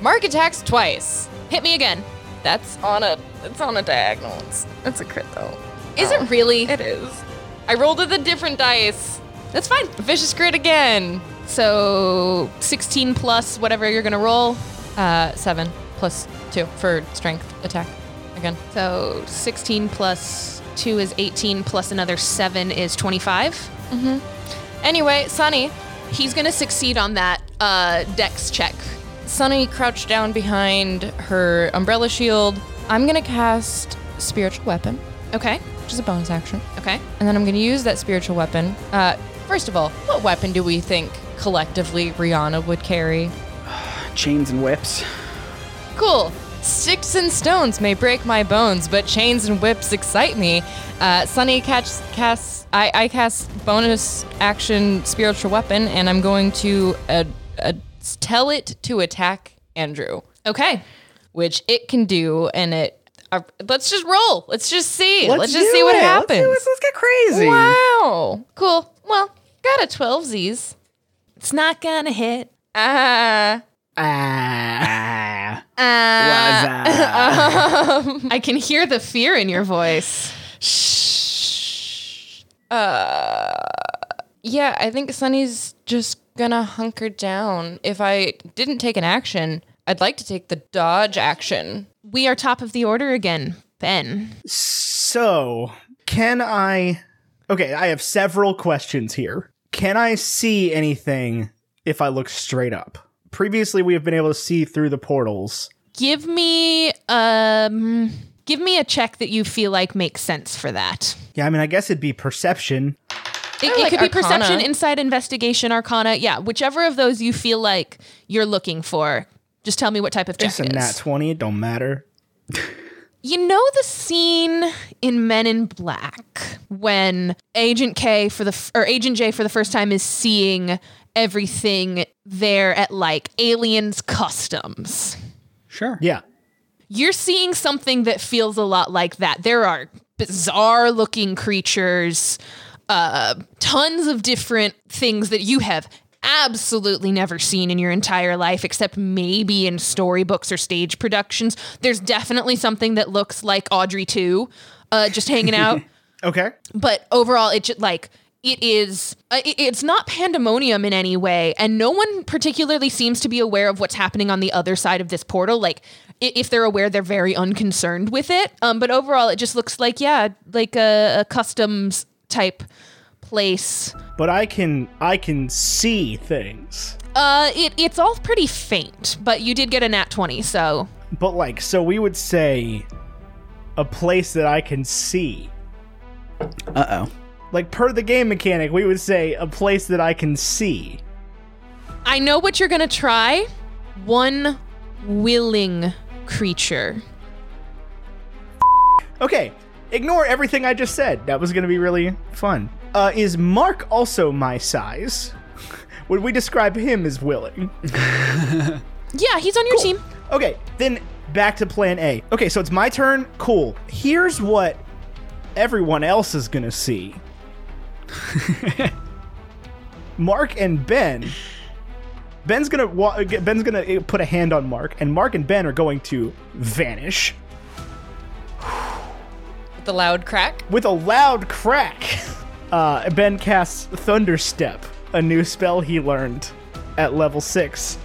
Mark attacks twice.
Hit me again.
That's on a. It's on a diagonal. It's, it's a crit though.
Is it really?
Oh. It is. I rolled with a different dice.
That's fine.
Vicious crit again.
So 16 plus whatever you're gonna roll.
Uh, seven plus two for strength attack again.
So 16 plus 2 is 18, plus another 7 is 25.
Anyway, Sunny.
He's going to succeed on that uh, dex check.
Sunny crouched down behind her umbrella shield. I'm gonna cast spiritual weapon,
Okay.
which is a bonus action,
Okay.
and then I'm gonna use that spiritual weapon. Uh, first of all, what weapon do we think collectively Rihanna would carry?
Chains and whips.
Cool. Sticks and stones may break my bones, but chains and whips excite me. Uh, Sunny catch, casts. I, I cast bonus action spiritual weapon, and I'm going to uh, uh, tell it to attack Andrew,
Okay.
which it can do. And it. Uh, let's just roll. Let's just see. Let's, just
do
see what
it. Let's do
happens.
it. Let's, get crazy.
Wow. Oh, Cool. Well, got a twelvesies.
It's not going to hit.
Ah.
Ah.
Uh.
I can hear the fear in your voice.
Uh, Yeah, I think Sunny's just gonna hunker down. If I didn't take an action, I'd like to take the dodge action.
We are top of the order again. Ben.
So, can I Okay, I have several questions here. Can I see anything if I look straight up? Previously, we have been able to see through the portals.
Give me um give me a check that you feel like makes sense for that.
Yeah, I mean, I guess it'd be perception.
It,
I
it
like
could be
Arcana.
perception, insight, investigation, arcana. Yeah, whichever of those you feel like you're looking for. Just tell me what type of check
It's a
it
nat
is.
20, it don't matter.
You know the scene in Men in Black when Agent K for the f- or Agent J for the first time is seeing everything there at like aliens customs.
Sure.
Yeah.
You're seeing something that feels a lot like that. There are bizarre looking creatures, uh, tons of different things that you have absolutely never seen in your entire life, except maybe in storybooks or stage productions. There's definitely something that looks like Audrey 2 uh, just hanging out.
Okay.
but overall, it just like it is uh, it- it's not pandemonium in any way and no one particularly seems to be aware of what's happening on the other side of this portal like i- if they're aware they're very unconcerned with it um but overall it just looks like yeah like a, a customs type place
But I can I can see things.
uh it it's all pretty faint but you did get a nat 20 so
But like, so we would say a place that I can see.
Uh oh.
Like per the game mechanic, we would say a place that I can see.
I know what you're gonna try. One willing creature.
Okay, ignore everything I just said. That was gonna be really fun. Uh, is Mark also my size? would we describe him as willing?
Yeah, he's on your team.
Okay, then back to plan A. Okay, so it's my turn. Cool. Here's what everyone else is going to see Mark and Ben. Ben's gonna wa- Ben's gonna uh, put a hand on Mark, and Mark and Ben are going to vanish
The loud crack.
with a loud crack. Uh, ben casts Thunderstep, a new spell he learned at level 6,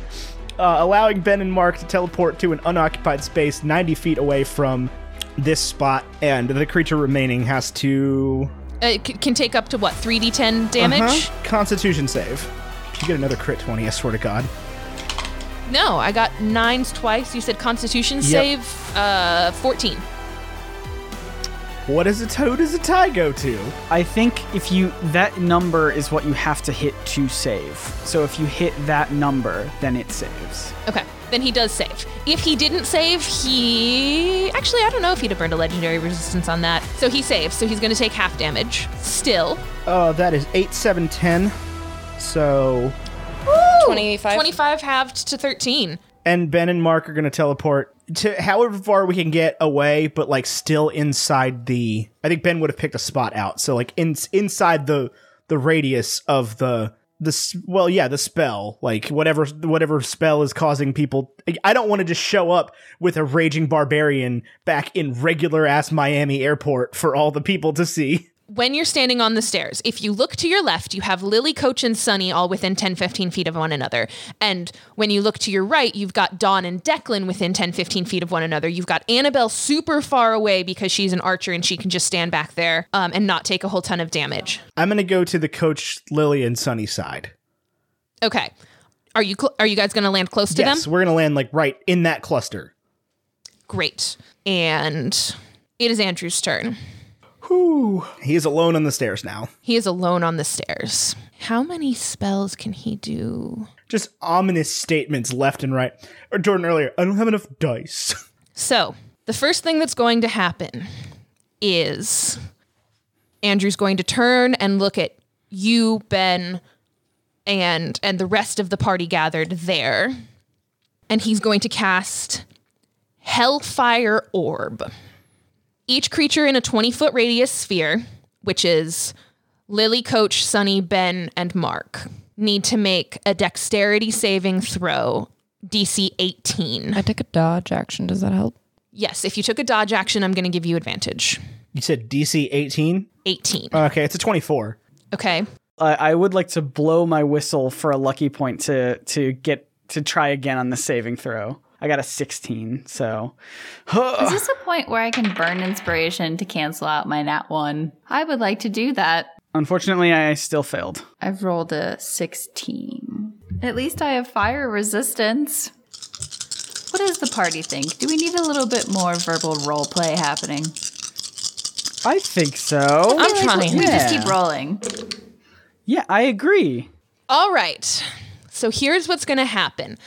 uh, allowing Ben and Mark to teleport to an unoccupied space 90 feet away from this spot, and the creature remaining has to.
It Uh, c- can take up to what, 3d10 damage?
Huh? Constitution save. If you get another crit 20, I swear to God.
No, I got nines twice. You said constitution save uh, 14.
What does a toad does a tie go to?
I think if you that number is what you have to hit to save. So if you hit that number, then it saves.
Okay, then he does save. If he didn't save, he. Actually, I don't know if he'd have burned a legendary resistance on that. So he saves, so he's gonna take half damage. Still.
Uh, that is 8, 7, 10. So.
25.
25 halved to 13.
and Ben and Mark are going to teleport to however far we can get away, but like still inside the. I think Ben would have picked a spot out, so like in inside the the radius of the the s- well, yeah, the spell, like whatever whatever spell is causing people. I don't want to just show up with a raging barbarian back in regular ass Miami airport for all the people to see.
when you're standing on the stairs, if you look to your left, you have Lily, Coach, and Sunny all within 10, 15 feet of one another. And when you look to your right, you've got Dawn and Declan within 10, 15 feet of one another. You've got Annabelle super far away because she's an archer and she can just stand back there um, and not take a whole ton of damage.
I'm going to go to the coach Lily and Sunny side.
Okay. Are you cl- are you guys going to land close to
yes,
them?
we're going to land like right in that cluster.
Great. And it is Andrew's turn.
He is alone on the stairs now.
He is alone on the stairs. How many spells can he do?
just ominous statements left and right. Or Jordan earlier, I don't have enough dice.
So, the first thing that's going to happen is Andrew's going to turn and look at you, Ben, and and the rest of the party gathered there. And he's going to cast Hellfire Orb. Each creature in a 20-foot radius sphere, which is Lily, Coach, Sunny, Ben, and Mark, need to make a dexterity saving throw DC 18.
I took a dodge action. Does that help?
Yes, if you took a dodge action, I'm going to give you advantage.
You said DC 18?
18.
Okay, it's a 24.
Okay.
I I would like to blow my whistle for a lucky point to to get to try again on the saving throw. I got a 16, so
Is this a point where I can burn inspiration to cancel out my nat one? I would like to do that.
unfortunately I still failed.
I've rolled a 16. At least I have fire resistance. What does the party think? Do we need a little bit more verbal role play happening?
I think so.
I'm
We
trying.
just keep rolling.
Yeah, I agree.
All right. So here's what's going to happen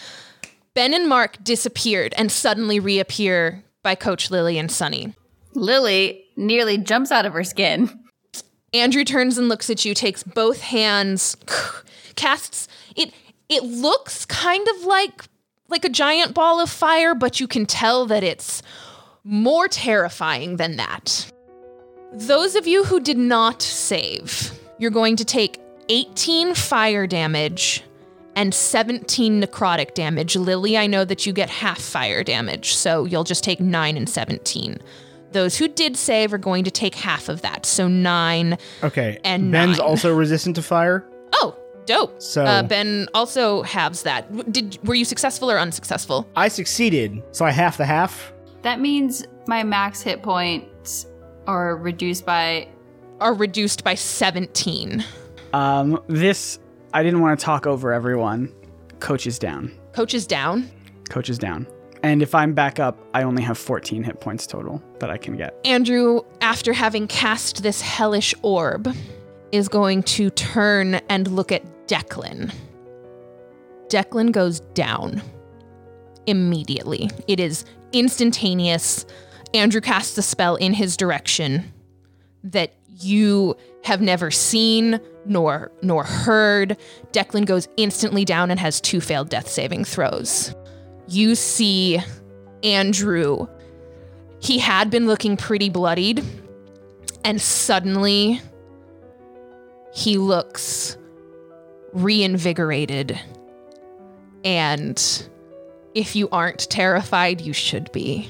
Ben and Mark disappeared and suddenly reappear by Coach Lily and Sunny.
Lily nearly jumps out of her skin.
Andrew turns and looks at you, takes both hands, casts it it looks kind of like like a giant ball of fire, but you can tell that it's more terrifying than that. Those of you who did not save, you're going to take 18 fire damage and 17 necrotic damage. Lily, I know that you get half fire damage, so you'll just take 9 and 17. Those who did save are going to take half of that, so nine.
Okay.
And
Ben's
nine.
also resistant to fire.
Oh, dope.
So-
uh, Ben also halves that. W- Did were you successful or unsuccessful?
I succeeded, so I half the half.
That means my max hit points are reduced by.
Are reduced by seventeen.
Um, this I didn't want to talk over everyone. Coach is down.
Coach is down.
Coach is down. And if I'm back up, I only have 14 hit points total that I can get.
Andrew, after having cast this hellish orb, is going to turn and look at Declan. Declan goes down immediately. It is instantaneous. Andrew casts a spell in his direction that you have never seen nor nor heard. Declan goes instantly down and has two failed death saving throws. You see Andrew he had been looking pretty bloodied, and suddenly he looks reinvigorated. And if you aren't terrified, you should be.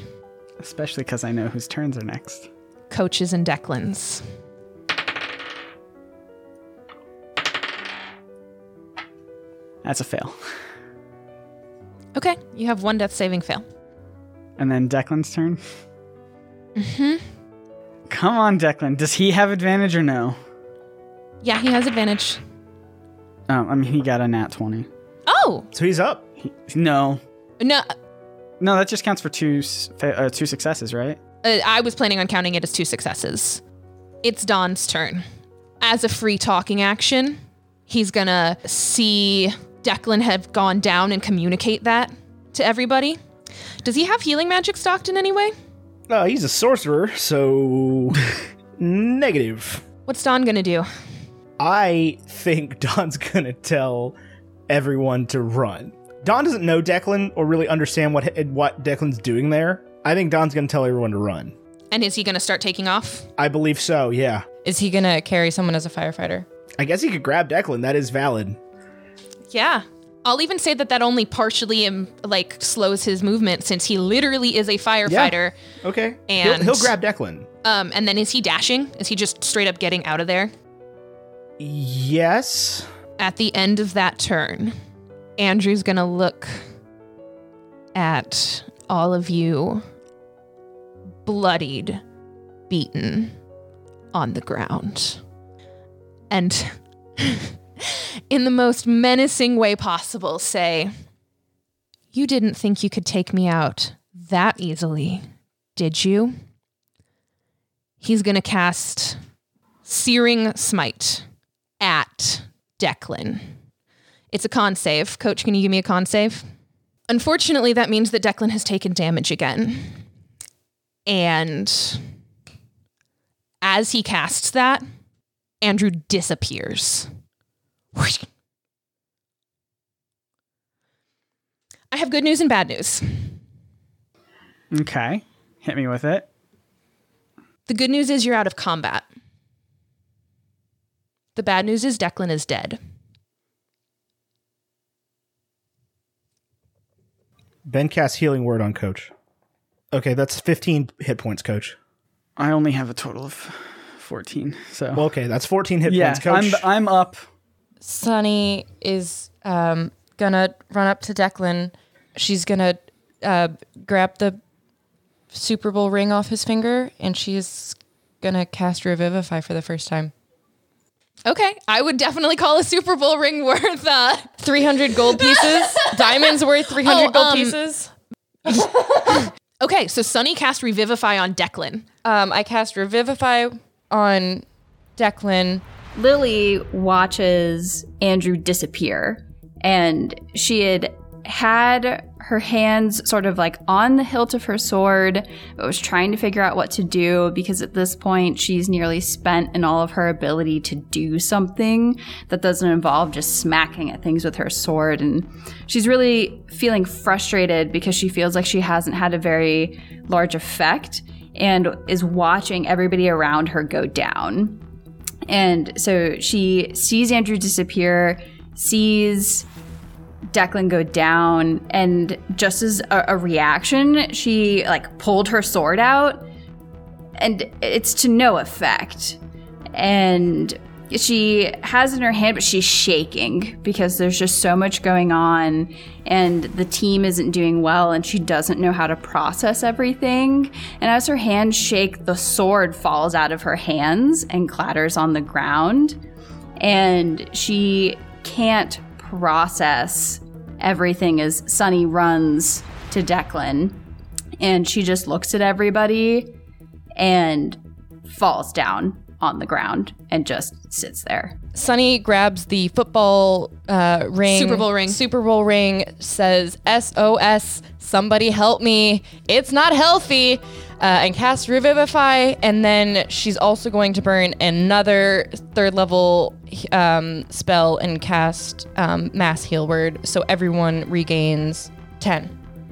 Especially because I know whose turns are next.
Coaches and Declan's.
That's a fail.
Okay, you have one death saving fail.
And then Declan's turn. Mm-hmm. Come on, Declan. Does he have advantage or no?
Yeah, he has advantage.
Um, I mean, he got a nat 20.
Oh
So he's up.
He, no.
no!
No, that just counts for two s- fa- uh, two successes, right?
Uh, I was planning on counting it as two successes. It's Don's turn. As a free talking action, he's gonna see Declan have gone down and communicate that to everybody. Does he have healing magic stocked in any way?
No, Uh, he's a sorcerer, so negative.
What's Don gonna do?
I think Don's gonna tell everyone to run. Don doesn't know Declan or really understand what what Declan's doing there. I think Don's gonna tell everyone to run.
And is he gonna start taking off?
I believe so. Yeah.
Is he gonna carry someone as a firefighter?
I guess he could grab Declan. That is valid.
Yeah. I'll even say that that only partially um, like slows his movement since he literally is a firefighter.
Okay.
And-
he'll, he'll grab Declan.
Um, and then is he dashing? Is he just straight up getting out of there?
Yes.
At the end of that turn, Andrew's going to look at all of you bloodied, beaten on the ground. And in the most menacing way possible, say, You didn't think you could take me out that easily, did you? He's going to cast Searing Smite at Declan. It's a con save. Coach, can you give me a con save? Unfortunately, that means that Declan has taken damage again. And as he casts that, Andrew disappears. I have good news and bad news.
Okay. Hit me with it.
The good news is you're out of combat. The bad news is Declan is dead.
Ben casts healing word on coach. Okay, that's 15 hit points, coach.
I only have a total of 14. So.
Well, okay, that's 14 hit
yeah,
points, coach.
I'm, I'm up.
Sunny is um, gonna run up to Declan. She's gonna uh, grab the Super Bowl ring off his finger, and she's gonna cast Revivify for the first time.
Okay, I would definitely call a Super Bowl ring worth uh,
Three hundred gold pieces. Diamonds worth three hundred
Oh,
gold
um,
pieces.
Okay, so Sunny cast Revivify on Declan.
Um, I cast Revivify on Declan.
Lily watches Andrew disappear, and she had had her hands sort of like on the hilt of her sword, but was trying to figure out what to do because at this point she's nearly spent in all of her ability to do something that doesn't involve just smacking at things with her sword. And she's really feeling frustrated because she feels like she hasn't had a very large effect and is watching everybody around her go down. And so she sees Andrew disappear, sees Declan go down, and just as a, a reaction, she like pulled her sword out and it's to no effect. And she has in her hand, but she's shaking because there's just so much going on, and the team isn't doing well, and she doesn't know how to process everything. And as her hands shake, the sword falls out of her hands and clatters on the ground, and she can't process everything as Sunny runs to Declan, and she just looks at everybody and falls down on the ground and just sits there.
Sunny grabs the football uh, ring,
Super Bowl ring.
Super Bowl ring. Says SOS, somebody help me! It's not healthy. Uh, and casts Revivify, and then she's also going to burn another third level um, spell and cast um, Mass Heal Word, so everyone regains ten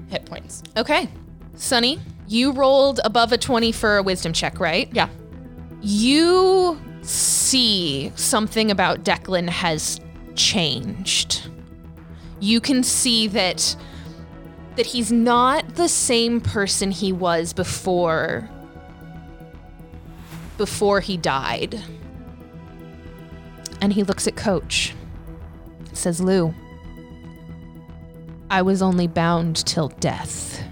hit points.
Okay. Sunny, you rolled above a 20 for a wisdom check, right?
Yeah.
You see something about Declan has changed. You can see that that he's not the same person he was before before he died. And he looks at coach. Says Lou, I was only bound till death.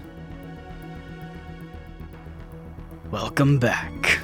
Welcome back.